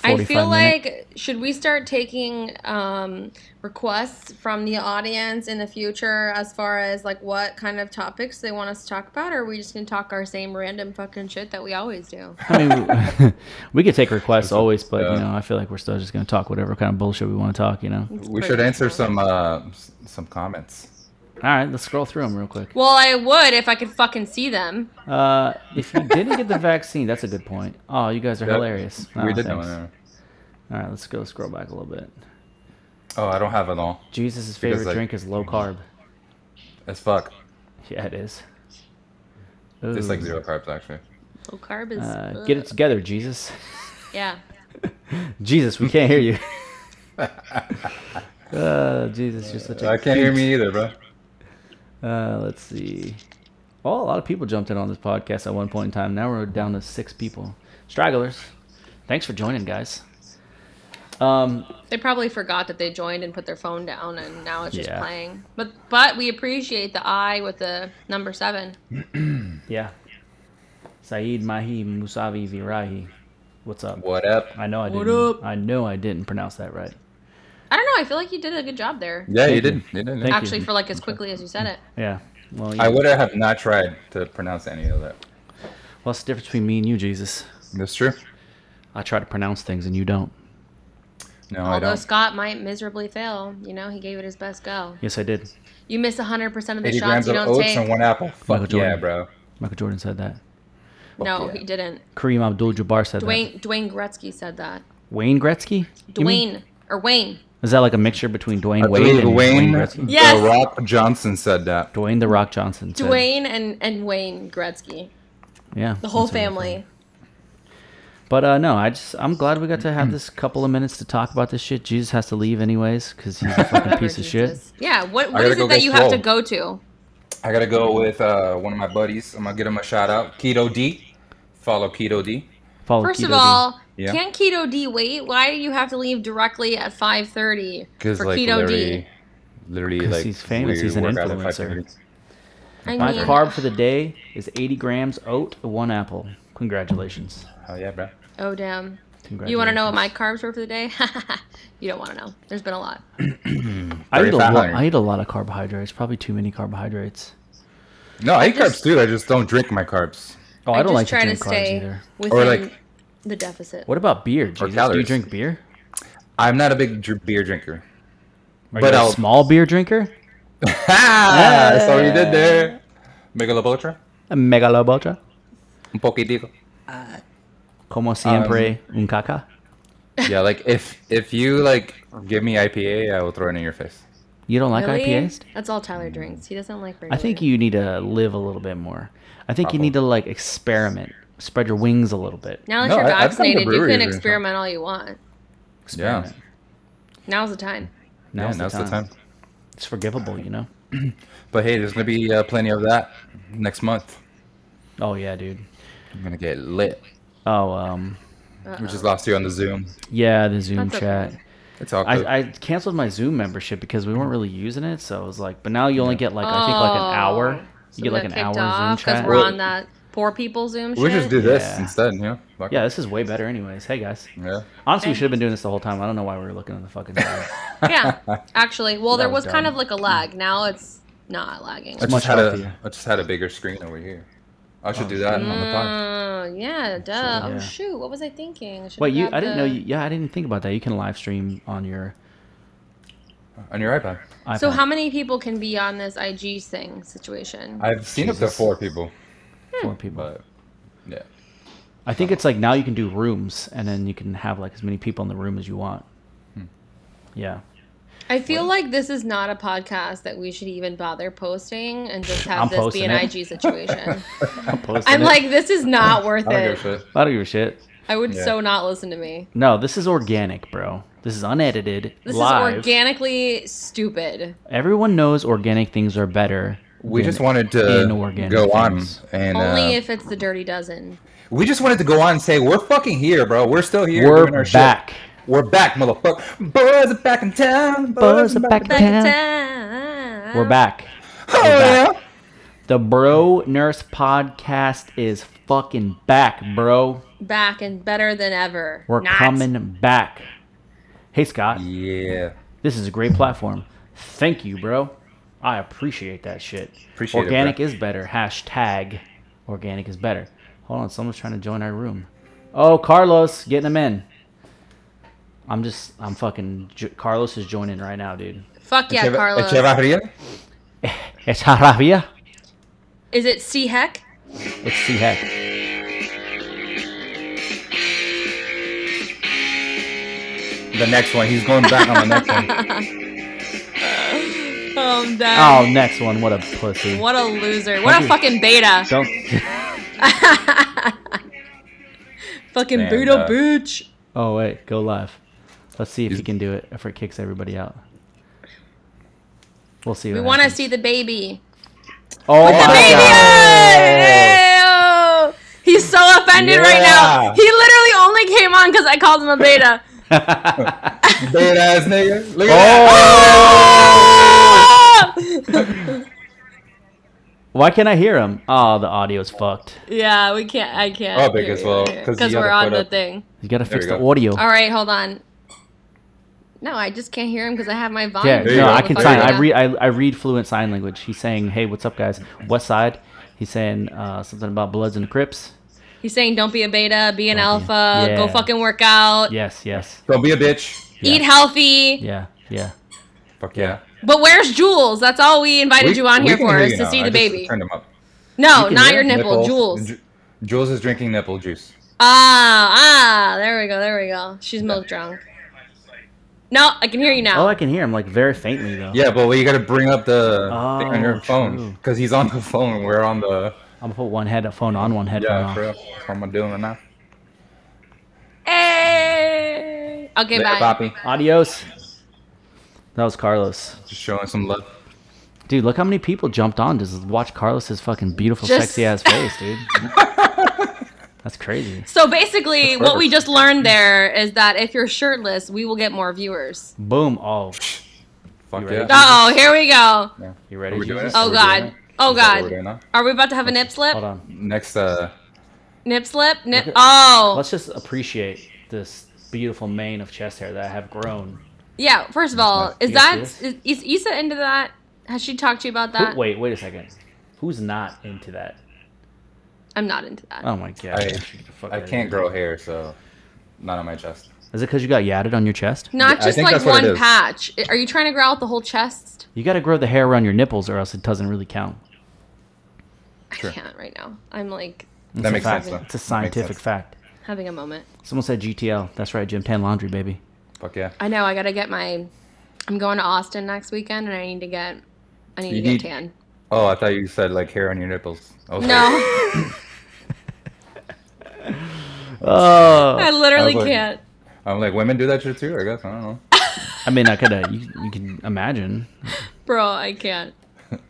S3: I
S1: 45
S3: feel
S1: minute?
S3: like should we start taking um, requests from the audience in the future as far as like what kind of topics they want us to talk about, or are we just gonna talk our same random fucking shit that we always do?
S1: I mean, <laughs> we could take requests always, but you
S2: yeah.
S1: know, I feel like we're still just gonna talk whatever kind of bullshit we want to talk. You know.
S2: We
S3: pretty
S2: should
S3: much
S2: answer
S3: all.
S2: some uh s- some comments.
S1: All right, let's scroll through them real quick.
S3: Well, I would if I could fucking see them.
S1: Uh, if you didn't get the vaccine, that's a good point. Oh, you guys are
S2: Yep.
S1: hilarious. Oh,
S2: we did know.
S1: thanks.
S2: yeah.
S1: All right, let's go scroll back a little bit.
S2: Oh, I don't have it all.
S1: Jesus'
S2: Because,
S1: favorite
S2: like-
S1: drink is low carb. <laughs>
S2: As fuck.
S1: Yeah, it is.
S2: It's like
S1: Ooh.
S2: zero carbs actually.
S3: Low Oh, carb is
S1: Uh, get it
S3: ugh.
S1: together, Jesus. <laughs>
S3: yeah.
S1: Jesus, we can't hear you. <laughs> uh, Jesus, you're such a.
S2: I can't hear me either, bro.
S1: Uh, let's see. Oh, a lot of people jumped in on this podcast at one point in time. Now we're down to six people. Stragglers, thanks for joining, guys. Um,
S3: They probably forgot that they joined and put their phone down, and now it's just
S1: Yeah.
S3: playing. But but we appreciate the eye with the number seven.
S1: yeah. Saeed Mahi Musavi Virahi. What's up?
S2: What up?
S1: I know I
S3: What
S1: didn't.
S3: up?
S1: I know I didn't pronounce that right.
S3: I don't know. I feel like you did a good job there.
S2: Yeah,
S1: Thank
S2: you
S1: you.
S2: did. You did.
S1: Thank-
S3: Actually,
S1: you.
S3: for like as quickly as you said it.
S1: Yeah. Well, you,
S2: I would have not tried to pronounce any of that.
S1: what's the difference between me and you, Jesus?
S2: That's true.
S1: I try to pronounce things and you don't.
S2: No, Oh, I
S3: Although
S2: don't.
S3: Scott might miserably fail, you know, he gave it his best go.
S1: Yes, I did.
S3: You miss 100% of the
S2: 80
S3: shots
S2: grams
S3: you
S2: of
S3: don't
S2: oats
S3: take.
S2: and one apple.
S1: Michael
S2: Fuck yeah,
S1: Jordan.
S2: bro.
S1: Michael Jordan said that.
S3: no,
S2: yeah.
S3: he didn't.
S1: Kareem Abdul-Jabbar said that.
S3: Dwayne Dwayne Gretzky said that.
S1: Wayne Gretzky. You mean-
S3: Dwayne or Wayne.
S1: Is that like a mixture between Dwayne
S2: I
S1: Wade
S2: believe
S1: and
S2: Uh,
S1: Wayne
S2: Wayne,
S1: Gretzky?
S3: Yes.
S2: The Rock Johnson said that.
S1: Dwayne the Rock Johnson. said-
S3: Dwayne and and Wayne Gretzky.
S1: Yeah.
S3: The whole family.
S1: But uh, no, I just I'm glad we got to
S2: <clears throat>
S1: have this couple of minutes to talk about this shit. Jesus has to leave anyways
S3: <laughs>
S1: because he's a fucking
S3: Whatever,
S1: piece of shit.
S3: Jesus. Yeah, what what
S2: gotta
S3: is
S2: go
S3: it that
S2: get
S3: you have to
S2: swole.
S3: go to?
S2: I gotta go with uh, one of my buddies. I'm gonna give him a shout out. Keto D. Follow Keto D.
S1: Follow
S3: First
S1: Keto
S3: of
S1: D.
S3: all,
S2: Yeah.
S3: can't keto D wait? Why do you have to leave directly at 5:30
S2: Because
S3: for
S2: like
S3: keto
S2: literally,
S3: D?
S2: literally
S1: 'Cause
S2: like
S1: he's famous,
S2: weird
S1: he's an
S2: workout at
S1: influencer.
S2: 5:30.
S3: I
S1: my
S3: mean,
S1: carb for the day is 80 grams oat, one apple. Congratulations.
S2: Oh yeah, bro.
S3: oh damn.
S1: Congratulations.
S3: You want to know what my carbs were for the day? <laughs> you don't want to know. There's been a lot.
S1: I eat a lot.
S2: 3,500.
S1: I eat a lot of carbohydrates. Probably too many carbohydrates.
S2: No, I eat
S3: just-
S2: carbs too. I just don't drink my carbs.
S1: Oh, I, don't like
S3: just
S1: to
S3: try
S1: drink
S3: to
S1: carbs
S3: stay
S1: either.
S3: within
S2: Or like
S3: the deficit.
S1: What about beer?
S2: Or
S1: Jesus? Do you
S2: calories.
S1: drink beer?
S2: I'm not a big dr- beer drinker. <laughs>
S1: Are
S2: But
S1: you a
S2: I'll-
S1: small beer drinker?
S2: Ha! That's what you did there. Megalobotra.
S1: A megalob ultra?
S2: Un poquitico. Um,
S1: Como siempre, un caca.
S2: Yeah, like if if you like give me IPA, I will throw it in your face.
S1: You don't like
S3: Really?
S1: IPAs?
S3: That's all Tyler drinks. He doesn't like regular.
S1: I think you need to live a little bit more. I think you
S2: Awful.
S1: need to like experiment, spread your wings a little bit.
S3: Now that
S2: No,
S3: you're
S2: I- I've come to
S3: vaccinated, you
S2: breweries
S3: can
S2: and stuff.
S3: experiment all you want.
S1: Experiment.
S3: Now's the time.
S1: Now's,
S2: yeah, now's
S1: the, time. It's forgivable, you know.
S2: But hey, there's gonna be uh, plenty of that next month.
S1: Oh yeah, dude.
S2: I'm gonna get lit.
S1: Oh um,
S2: We just lost you on the Zoom.
S1: yeah, the Zoom
S3: That's okay.
S1: chat.
S2: It's all good.
S1: I, I canceled my Zoom membership because we weren't really using it, so I was like, but now you only get like I think like an hour.
S3: Oh.
S1: You
S3: So
S1: get
S3: we
S1: like an
S3: got
S1: hour
S3: kicked off
S1: Zoom
S3: 'cause
S1: chat.
S3: We're on that poor people Zoom shit.
S2: we just do this
S1: Yeah.
S2: instead, you know? Fuck.
S1: yeah, this is way better, anyways. Hey guys, <laughs>
S2: Yeah.
S1: honestly, we should have been doing this the whole time. I don't know why we were looking at the fucking time.
S3: <laughs> yeah, actually, well, there
S1: That was
S3: was kind
S1: dumb.
S3: of like a lag. Now it's not lagging.
S2: I
S1: much
S2: just, had
S1: healthier.
S2: a, I just had a bigger screen over here. I should do that on the pod.
S3: Mm, yeah, duh.
S1: yeah.
S3: Oh shoot, what was I thinking? I should've
S1: Wait, you?
S3: grabbed
S1: I didn't know.
S3: the-
S1: You, yeah, I didn't think about that. You can live stream on your.
S2: On your iPad.
S1: IPad.
S3: So how many people can be on this IG thing situation?
S2: I've seen up to
S1: Jesus.
S2: four people,
S1: Four people.
S2: but yeah.
S1: I think it's like now you can do rooms, and then you can have like as many people in the room as you want.
S2: Hmm.
S1: Yeah,
S3: I feel like this is not a podcast that we should even bother posting and just have
S1: <laughs> I'm
S3: this be
S1: posting
S3: an
S1: it.
S3: IG situation.
S1: I'm, posting
S3: I'm
S1: it.
S3: like, this is
S1: <laughs>
S3: not worth
S2: I don't give a
S3: it.
S2: shit.
S1: I don't give a shit.
S3: I would
S2: Yeah.
S3: so not listen to me.
S1: No, this is organic, bro. This is unedited,
S3: This
S1: live.
S3: is organically stupid.
S1: Everyone knows organic things are better.
S2: We
S1: than
S2: just wanted to
S1: inorganic
S2: go on
S1: things.
S2: and uh,
S3: Only if it's the dirty dozen.
S2: we just wanted to go on and say we're fucking here, bro. We're still here. doing our
S1: We're
S2: shit.
S1: back.
S2: We're back, motherfucker. Boys are back in town.
S1: Boys are back in
S3: Back
S1: town.
S3: time.
S1: We're back.
S2: Oh,
S1: back.
S2: yeah.
S1: The Bro Nurse Podcast is fucking back, bro.
S3: Back and better than ever.
S1: We're
S3: Not.
S1: coming back. Hey, Scott.
S2: Yeah.
S1: This is a great platform. Thank you, bro. I appreciate that shit.
S2: Appreciate it,
S1: organic
S2: bro.
S1: is better. Hashtag organic is better. Hold on, someone's trying to join our room. Oh, Carlos, getting him in. I'm just, I'm fucking. Jo- Carlos is joining right now, dude.
S3: Fuck yeah,
S2: Echever-
S3: Carlos.
S2: Echevarria?
S1: It's Jaravia.
S3: Is it C Heck?
S1: It's C Heck.
S2: The next one. He's going back on the next <laughs> one.
S3: Um,
S1: Oh, next one. What a pussy.
S3: What a loser. What a
S1: you.
S3: fucking beta.
S1: <laughs> Don't.
S3: fucking
S2: And,
S3: beta
S2: uh,
S3: bitch.
S1: Oh wait, go live. Let's see if
S2: Is-
S1: he can do it. If it kicks everybody out, we'll see.
S3: We
S1: what
S3: want to
S1: happens.
S3: see the baby.
S1: Oh my
S3: Baby!
S1: god.
S3: Ew! He's so offended right now.
S2: Yeah.
S3: He literally only came on because I called him a beta.
S1: <laughs>
S2: <laughs> Dead ass nigga. Look at Oh!
S1: Why can't I hear him? Oh, the audio's fucked.
S3: <laughs> yeah, we can't. I can't.
S2: Oh, because, well, 'cause
S3: because
S2: you
S3: we're
S2: gotta
S3: on
S2: put
S3: the
S2: up-
S3: thing.
S1: You gotta fix
S2: you
S1: the
S2: go.
S1: audio.
S3: All right, hold on. No, I just can't hear him because I have my
S1: Yeah,
S3: volume.
S2: There you
S1: no,
S2: go.
S1: I can
S2: There
S1: sign.
S2: you
S1: I
S2: go.
S1: read. I, I read fluent sign language. He's saying, "Hey, what's up, guys? West Side." He's saying uh, something about Bloods and the Crips.
S3: He's saying, "Don't be a beta. Be an alpha.
S1: Yeah.
S3: Go fucking work out.
S1: Yes, yes,
S2: Don't be a bitch.
S1: Yeah.
S3: Eat healthy."
S1: yeah, yeah.
S2: Fuck yeah.
S3: But where's Jules? That's all we invited
S2: We-
S3: you on
S2: we
S3: here
S2: can
S3: for
S2: hear
S3: is
S2: you
S3: to
S2: now.
S3: see
S2: I
S3: the
S2: just
S3: baby.
S2: Turned him up.
S3: No,
S2: Oh,
S1: can
S3: not
S1: hear
S3: your
S1: it.
S3: nipple, Jules.
S2: Ju- Jules is drinking nipple juice.
S3: ah, ah, there we go, there we go. She's milk drunk. No, I can hear you
S1: Oh,
S3: now.
S1: I can hear him like very faintly though.
S2: Yeah, but you gotta bring up the thing on
S1: Oh,
S2: your phone
S1: true.
S2: because he's on the phone. We're on the
S1: I'm gonna put one headphone on, one headphone
S2: yeah.
S1: off.
S2: For real. That's what I'm doing right now.
S3: Hey. Okay,
S2: Later,
S3: bye.
S2: Poppy.
S1: Adios. That was Carlos.
S2: Just showing some love. <laughs>
S1: Dude, look how many people jumped on just to watch Carlos's fucking beautiful,
S3: Just-
S1: sexy ass face, dude. That's crazy.
S3: So basically,
S2: That's
S3: what we
S2: perfect.
S3: just learned there is that if you're shirtless, we will get more viewers.
S1: Boom. Oh,
S2: Fuck
S1: ready?
S2: yeah.
S3: Oh, here we go.
S2: Yeah.
S1: you ready?
S2: Are we doing
S1: Jesus?
S2: it?
S3: Oh
S2: We're
S3: god.
S2: doing it.
S3: Oh
S2: Is that what we're
S3: god.
S2: doing now?
S3: Are we about to have a nip slip?
S1: Hold on.
S2: Next, uh,
S3: Nip slip? Nip. Oh.
S1: Let's just appreciate this beautiful mane of chest hair that I have grown.
S3: Yeah, first of all,
S1: Do
S3: is
S1: you
S3: that
S1: see
S3: is, is Issa into that? Has she talked to you about
S1: Who-
S3: that?
S1: wait, wait a second. Who's not into that?
S3: I'm not into that.
S1: Oh my god.
S2: I,
S1: Fuck
S2: I
S1: outta here.
S2: can't grow hair, so not on my chest.
S1: Is it because you got yadded on your chest?
S3: Not
S2: I
S3: just
S2: think
S3: like
S2: that's what it
S3: one
S2: is.
S3: patch. Are you trying to grow out the whole chest?
S1: You got to grow the hair around your nipples, or else it doesn't really count.
S2: Sure.
S3: I can't right now. I'm like
S1: It's
S2: That
S1: a
S2: makes
S1: fact.
S2: sense, though.
S1: It's a
S2: Makes
S1: scientific
S2: sense.
S1: fact.
S3: having a moment.
S1: Someone said GTL. That's right, Jim. Tan laundry, baby.
S2: Fuck yeah.
S3: I know I gotta get my. I'm going to Austin next weekend, and I need to get. I need
S2: You
S3: to
S2: need-
S3: get tan.
S2: Oh, I thought you said like hair on your nipples. I was like,
S3: No,
S1: <laughs>
S3: I
S1: Oh,
S3: literally
S2: I was like-
S3: can't.
S2: I'm like, women do that shit too, I guess. I don't know.
S1: I mean, I could. Uh, you, you can imagine.
S3: Bro, I can't.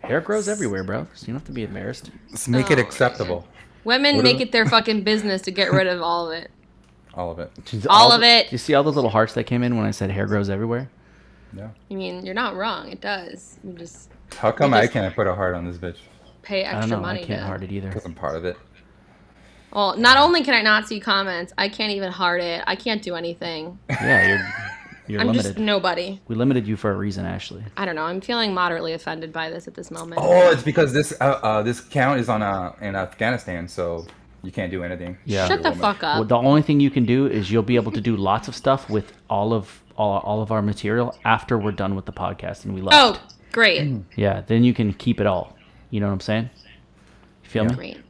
S1: Hair grows everywhere, bro. So you don't have to be embarrassed.
S2: Let's make it
S3: Oh,
S2: acceptable.
S3: Women
S2: What is
S3: make
S2: it?
S3: it their fucking business to get rid of all of it.
S2: All of it.
S3: All of
S1: the-
S3: it.
S1: You see all those little hearts that came in when I said hair grows everywhere?
S2: Yeah.
S3: I mean, you're not wrong. It does. You just
S2: How come
S3: Because-
S2: I can't put a heart on this bitch?
S3: pay
S1: I don't
S3: extra
S1: know. I
S3: money.
S1: can't
S3: to-
S1: hard it either.
S2: Because I'm part of it.
S3: Well, not only can I not see comments, I can't even heart it. I can't do
S1: <laughs>
S3: anything.
S1: Yeah, you're you're
S3: I'm
S1: limited.
S3: just nobody.
S1: we limited you for a reason, Ashley.
S3: I don't know. I'm feeling moderately offended by this at this moment.
S2: Oh, it's because this uh, uh, this count is on uh, in Afghanistan, so you can't do anything.
S1: Yeah.
S3: Shut the fuck
S1: Well,
S3: up.
S1: the only thing you can do is you'll be able to do lots of stuff with all of all, all of our material after we're done with the podcast and we left.
S3: Oh, great.
S1: <clears throat> Yeah, then you can keep it all. You know what I'm saying? You feel me?
S3: Great.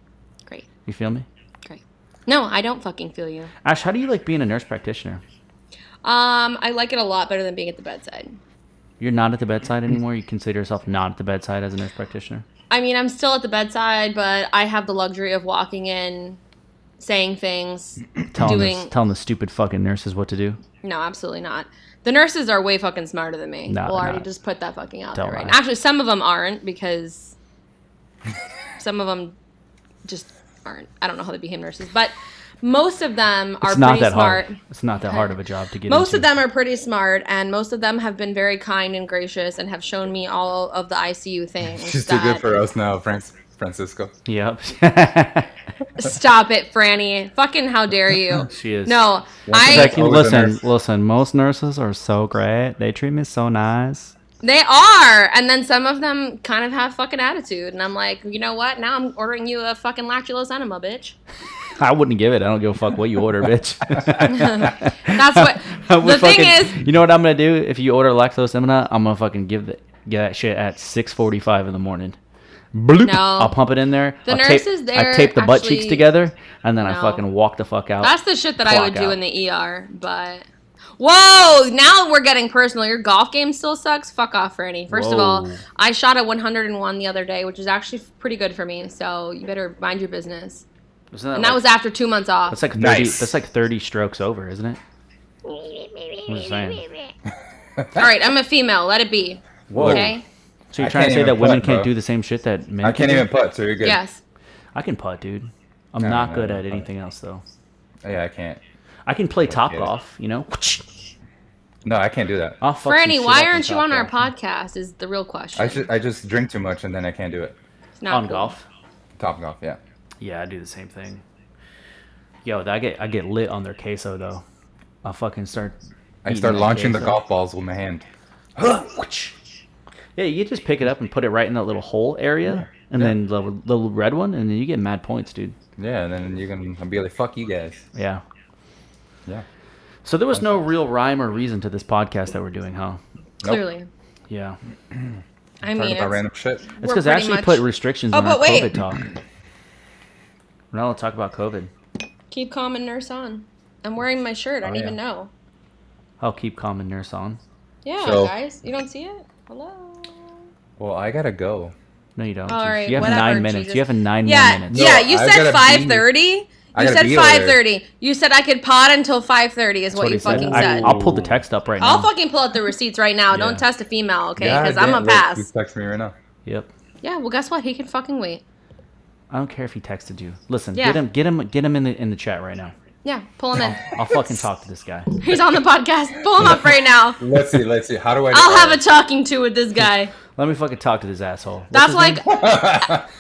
S3: Great.
S1: You feel me?
S3: Great. No, I don't fucking feel you.
S1: Ash, how do you like being a nurse practitioner?
S3: Um, I like it a lot better than being at the bedside.
S1: You're not at the bedside anymore. You consider yourself not at the bedside as a nurse practitioner.
S3: I mean, I'm still at the bedside, but I have the luxury of walking in, saying things. <clears throat>
S1: Telling,
S3: Doing-
S1: this, telling the stupid fucking nurses what to do.
S3: No, absolutely not. The nurses are way fucking smarter than me.
S1: No,
S3: we'll
S1: they're
S3: already
S1: not.
S3: just put that fucking out
S1: Don't
S3: there. Right?
S1: lie.
S3: now. Actually, some of them aren't
S1: <laughs>
S3: because some of them just aren't. I don't know how they became nurses, but most of them are
S1: It's not
S3: pretty
S1: that
S3: smart.
S1: hard. It's not that hard of a job to get
S3: Most of
S1: into.
S3: them are pretty smart, and most of them have been very kind and gracious, and have shown me all of the ICU things.
S2: <laughs> She's too good
S3: that-
S2: for us now, Franc- Francisco.
S1: Yep. <laughs>
S3: Stop it, Franny! Fucking how dare
S2: <laughs>
S3: you?
S1: she is.
S3: No,
S2: Once
S3: I.
S2: again,
S1: Becky,
S2: Always a
S1: listen,
S2: nurse.
S1: listen. Most nurses are so great. They treat me so nice.
S3: They are, and then some of them kind of have fucking attitude, and I'm like, you know what? Now I'm ordering you a fucking lactulose enema, bitch.
S1: I wouldn't give it. I don't give a fuck what you order, bitch.
S3: That's
S2: <laughs>
S3: what
S1: <laughs> I would
S3: the thing is.
S1: fucking- you know what I'm gonna do? If you order lactose emina, I'm gonna fucking give the, get that shit at 6:45 in the morning. Bloop.
S3: No.
S1: I'll pump it in there.
S3: The
S1: I'll
S3: nurse
S1: tape,
S3: is
S1: I
S3: there
S1: tape the butt cheeks
S3: actually-
S1: together, and then I
S3: No.
S1: fucking walk the fuck out.
S3: That's the shit that I would
S1: Clock
S3: do
S1: out.
S3: in the ER, but. Whoa! Now we're getting personal. Your golf game still sucks. Fuck off, Franny. First of all,
S1: Whoa.
S3: I shot a 101 the other day, which is actually pretty good for me. So you better mind your business.
S1: Isn't
S3: And that
S1: like-
S3: was after two months off.
S1: That's like 30,
S2: Nice.
S1: that's like 30 strokes over, isn't it? I'm just saying.
S3: all right, I'm a female. Let it be.
S2: Whoa.
S3: Okay.
S1: So you're trying
S2: I
S1: to
S2: can't
S1: say
S2: even
S1: that women
S2: putt,
S1: can't
S2: bro.
S1: do the same shit that men
S2: I
S1: can
S2: can't
S1: do?
S2: even putt, so you're good.
S3: Yes.
S1: I can putt, dude. I'm
S2: No,
S1: not
S2: no,
S1: good
S2: no,
S1: at
S2: no.
S1: anything else though.
S2: Yeah, I can't.
S1: I can play top
S2: Yeah.
S1: golf, you know.
S2: No, I can't do that.
S1: I'll fuck some shit
S3: Franny,
S1: up
S3: why aren't you
S1: top
S3: on our
S1: golf.
S3: podcast? Is the real question.
S2: I just, I just drink too much and then I can't do it.
S3: It's not
S1: on
S3: cool.
S1: golf?
S2: Top golf, yeah.
S1: Yeah, I do the same thing. Yo, I get I get lit on their queso though. I
S3: <gasps>
S1: fucking start.
S2: I
S1: eating
S2: start
S1: that
S2: launching the
S1: queso.
S2: golf balls with my hand.
S1: Yeah, you just pick it up and put it right in that little hole area, and then the little red one, and then you get mad points, dude.
S2: Yeah, and then you're gonna be like, "Fuck you guys."
S1: Yeah.
S2: Yeah.
S1: So there was no real rhyme or reason to this podcast that we're doing, huh?
S2: Nope.
S3: Clearly.
S1: Yeah.
S3: I
S2: Talking
S3: mean,
S2: about
S3: it's,
S2: random shit.
S1: It's
S3: We're
S1: because
S3: pretty
S1: actually
S3: much-
S1: put restrictions
S3: Oh,
S1: on our
S3: but wait.
S1: COVID talk. We're not allowed to talk about COVID.
S3: keep calm and nurse on. I'm wearing my shirt. I
S2: Oh,
S3: don't
S2: yeah.
S3: even know.
S1: I'll keep calm and nurse on.
S3: Yeah,
S2: So-
S3: guys, you don't see it. Hello.
S2: Well, I gotta go.
S1: No, you don't.
S3: All
S1: You-
S3: right,
S1: you have
S3: whatever,
S1: nine minutes.
S3: Jesus.
S1: You have nine
S3: yeah,
S1: more minutes.
S2: No,
S3: yeah. You
S2: I
S3: said
S2: gotta
S3: five
S2: be-
S3: thirty.
S2: I
S3: You
S2: gotta
S3: said
S2: be
S3: five
S2: over there.
S3: thirty. You said I could pod until five thirty. Is
S1: That's
S3: what you
S1: he
S3: fucking
S1: I-
S3: said.
S1: I'll pull the text up right
S3: I'll
S1: now.
S3: fucking pull out the receipts right now.
S1: Yeah.
S3: Don't test a female, okay? Because
S2: God
S3: I'm
S2: damn,
S3: a
S2: look, You
S3: pass.
S2: text me right now.
S1: Yep.
S3: Yeah. Well, guess what? He can fucking wait.
S1: I don't care if he texted you. Listen,
S3: Yeah.
S1: get him, get him, get him in the in the chat right now.
S3: Yeah. Pull him
S1: I'll fucking talk to this guy.
S3: in. He's on the podcast. Pull him up
S1: <laughs>
S3: right now.
S2: Let's see. Let's see. How do I?
S3: <laughs> I'll have a talking to with this guy.
S1: Let me fucking talk to this asshole. What's
S3: That's
S1: his
S3: like
S1: name?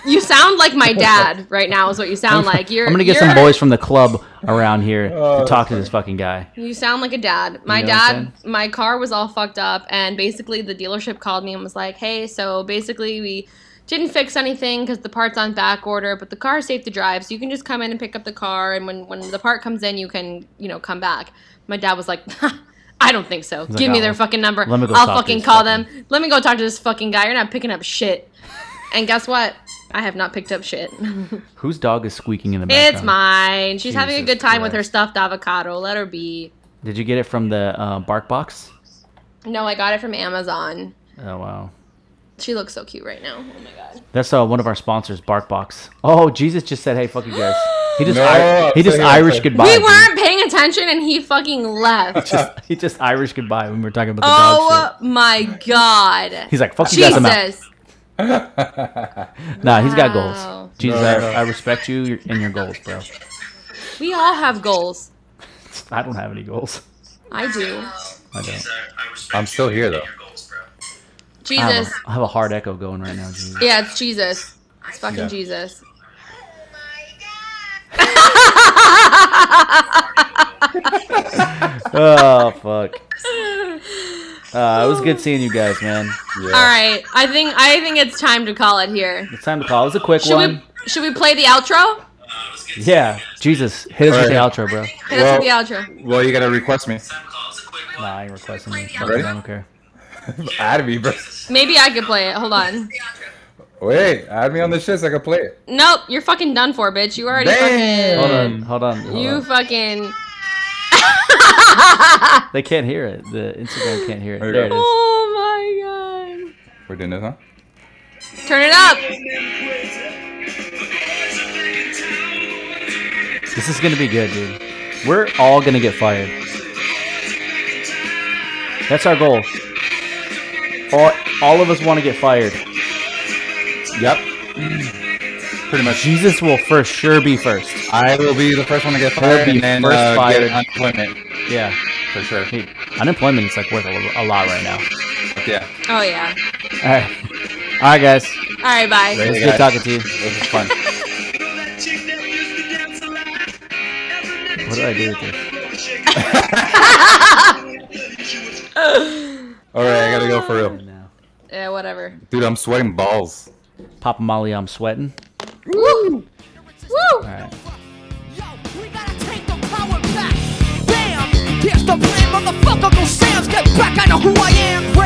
S3: you sound like my dad right now. Is what you sound like. You're.
S1: <laughs> I'm gonna get
S3: you're,
S1: some boys from the club around here to
S2: Oh,
S1: talk
S2: that's
S1: to this fucking guy.
S3: You sound like a dad. My
S1: know what I'm
S3: dad, my car was all fucked up, and basically the dealership called me and was like, "Hey, so basically we Didn't fix anything because the part's on back order, but the car's safe to drive, so you can just come in and pick up the car, and when, when the part comes in, you can you know come back. My dad was like, <laughs> I don't think so.
S1: He's like,
S3: Give me
S1: "Oh,
S3: their fucking number.
S1: let me go
S3: I'll
S1: talk to
S3: fucking
S1: this
S3: call
S1: fucking-
S3: them. Let me go talk to this fucking guy. You're not picking up
S1: <laughs>
S3: shit. and guess what? I have not picked up shit.
S1: Whose dog is squeaking in the background?
S3: it's mine. She's having a
S2: Jesus
S3: good time with her
S2: Christ.
S3: stuffed avocado. Let her be.
S1: Did you get it from the uh, bark box?
S3: No, I got it from Amazon.
S1: Oh wow.
S3: She looks so cute right now. Oh my god.
S1: That's uh, one of our sponsors, Barkbox. Oh, Jesus just said, "Hey, fuck you guys." He just
S2: No,
S1: Ir- he
S2: I'm
S1: just
S2: saying- I'm
S1: Irish
S2: saying-
S1: goodbye.
S3: we weren't paying attention and he fucking left.
S1: <laughs> He just Irish goodbye when we were talking about the dog
S3: oh
S1: shit.
S3: my god.
S1: He's like, "Fuck you guys, I'm out."
S3: Jesus.
S2: <laughs>
S3: <laughs>
S1: Nah, he's got
S3: Wow.
S1: goals. Jesus,
S2: No,
S1: I,
S2: no.
S1: I respect you your- and your goals, bro.
S3: We all have goals.
S1: I don't have any goals.
S3: I do.
S1: I don't.
S2: I'm still here, though.
S1: I have,
S3: Jesus.
S1: a- I have a hard echo going right now. Jesus.
S3: Yeah, it's Jesus. It's fucking
S2: Yeah.
S1: <laughs>
S3: Jesus. <laughs>
S1: Oh fuck. Uh, it was good seeing you guys, man.
S2: Yeah.
S3: All right, I think I think it's time to call it here.
S1: It's time to call. It was a quick
S3: Should we
S1: one.
S3: should we play the outro?
S1: Yeah. Jesus, hit us with the
S2: Alright.
S1: outro, bro.
S3: Hit us with
S2: Well-
S3: the outro.
S2: Well, you gotta request me.
S1: Nah, I ain't requesting it. Fuck
S2: Ready?
S1: it, I don't care.
S2: <laughs> Add me, bro.
S3: Maybe I could play it. Hold on.
S2: Wait, add me on the shit so I can play it.
S3: Nope, you're fucking done for, bitch. You already
S2: Damn.
S1: Hold
S3: fucking.
S1: on, hold on. Hold
S3: You
S1: on.
S3: fucking.
S1: They can't hear it. The Instagram can't hear it.
S2: There you
S1: There it
S2: go.
S1: is.
S3: Oh my god.
S2: We're doing this, huh?
S3: Turn it up.
S1: This is gonna be good, dude. We're all gonna get fired. That's our goal. All, all of us want to get fired.
S2: Yep. <clears throat> Pretty much.
S1: Jesus will for sure be first.
S2: I will be the first one to get fired,
S1: be
S2: and then
S1: first
S2: uh,
S1: fired.
S2: get unemployment
S1: Yeah.
S2: for sure.
S1: Hey, unemployment is like worth a, lo- a lot right now.
S2: Yeah,
S3: Oh yeah.
S1: All right. All right, guys.
S3: All right, bye.
S1: It was
S2: Hey,
S1: good
S2: guys.
S1: talking to you.
S2: this is fun.
S1: What do I do with this?
S2: All right, I gotta go for real,
S1: Now.
S3: <laughs> Yeah, whatever.
S2: dude. I'm sweating balls.
S1: Papa Molly, I'm sweating.
S3: Woo! Woo!
S1: All right.
S5: Yo, we gotta take the power back. Damn, here's the plan, motherfucker. Go Sam's, get back. I know who I am.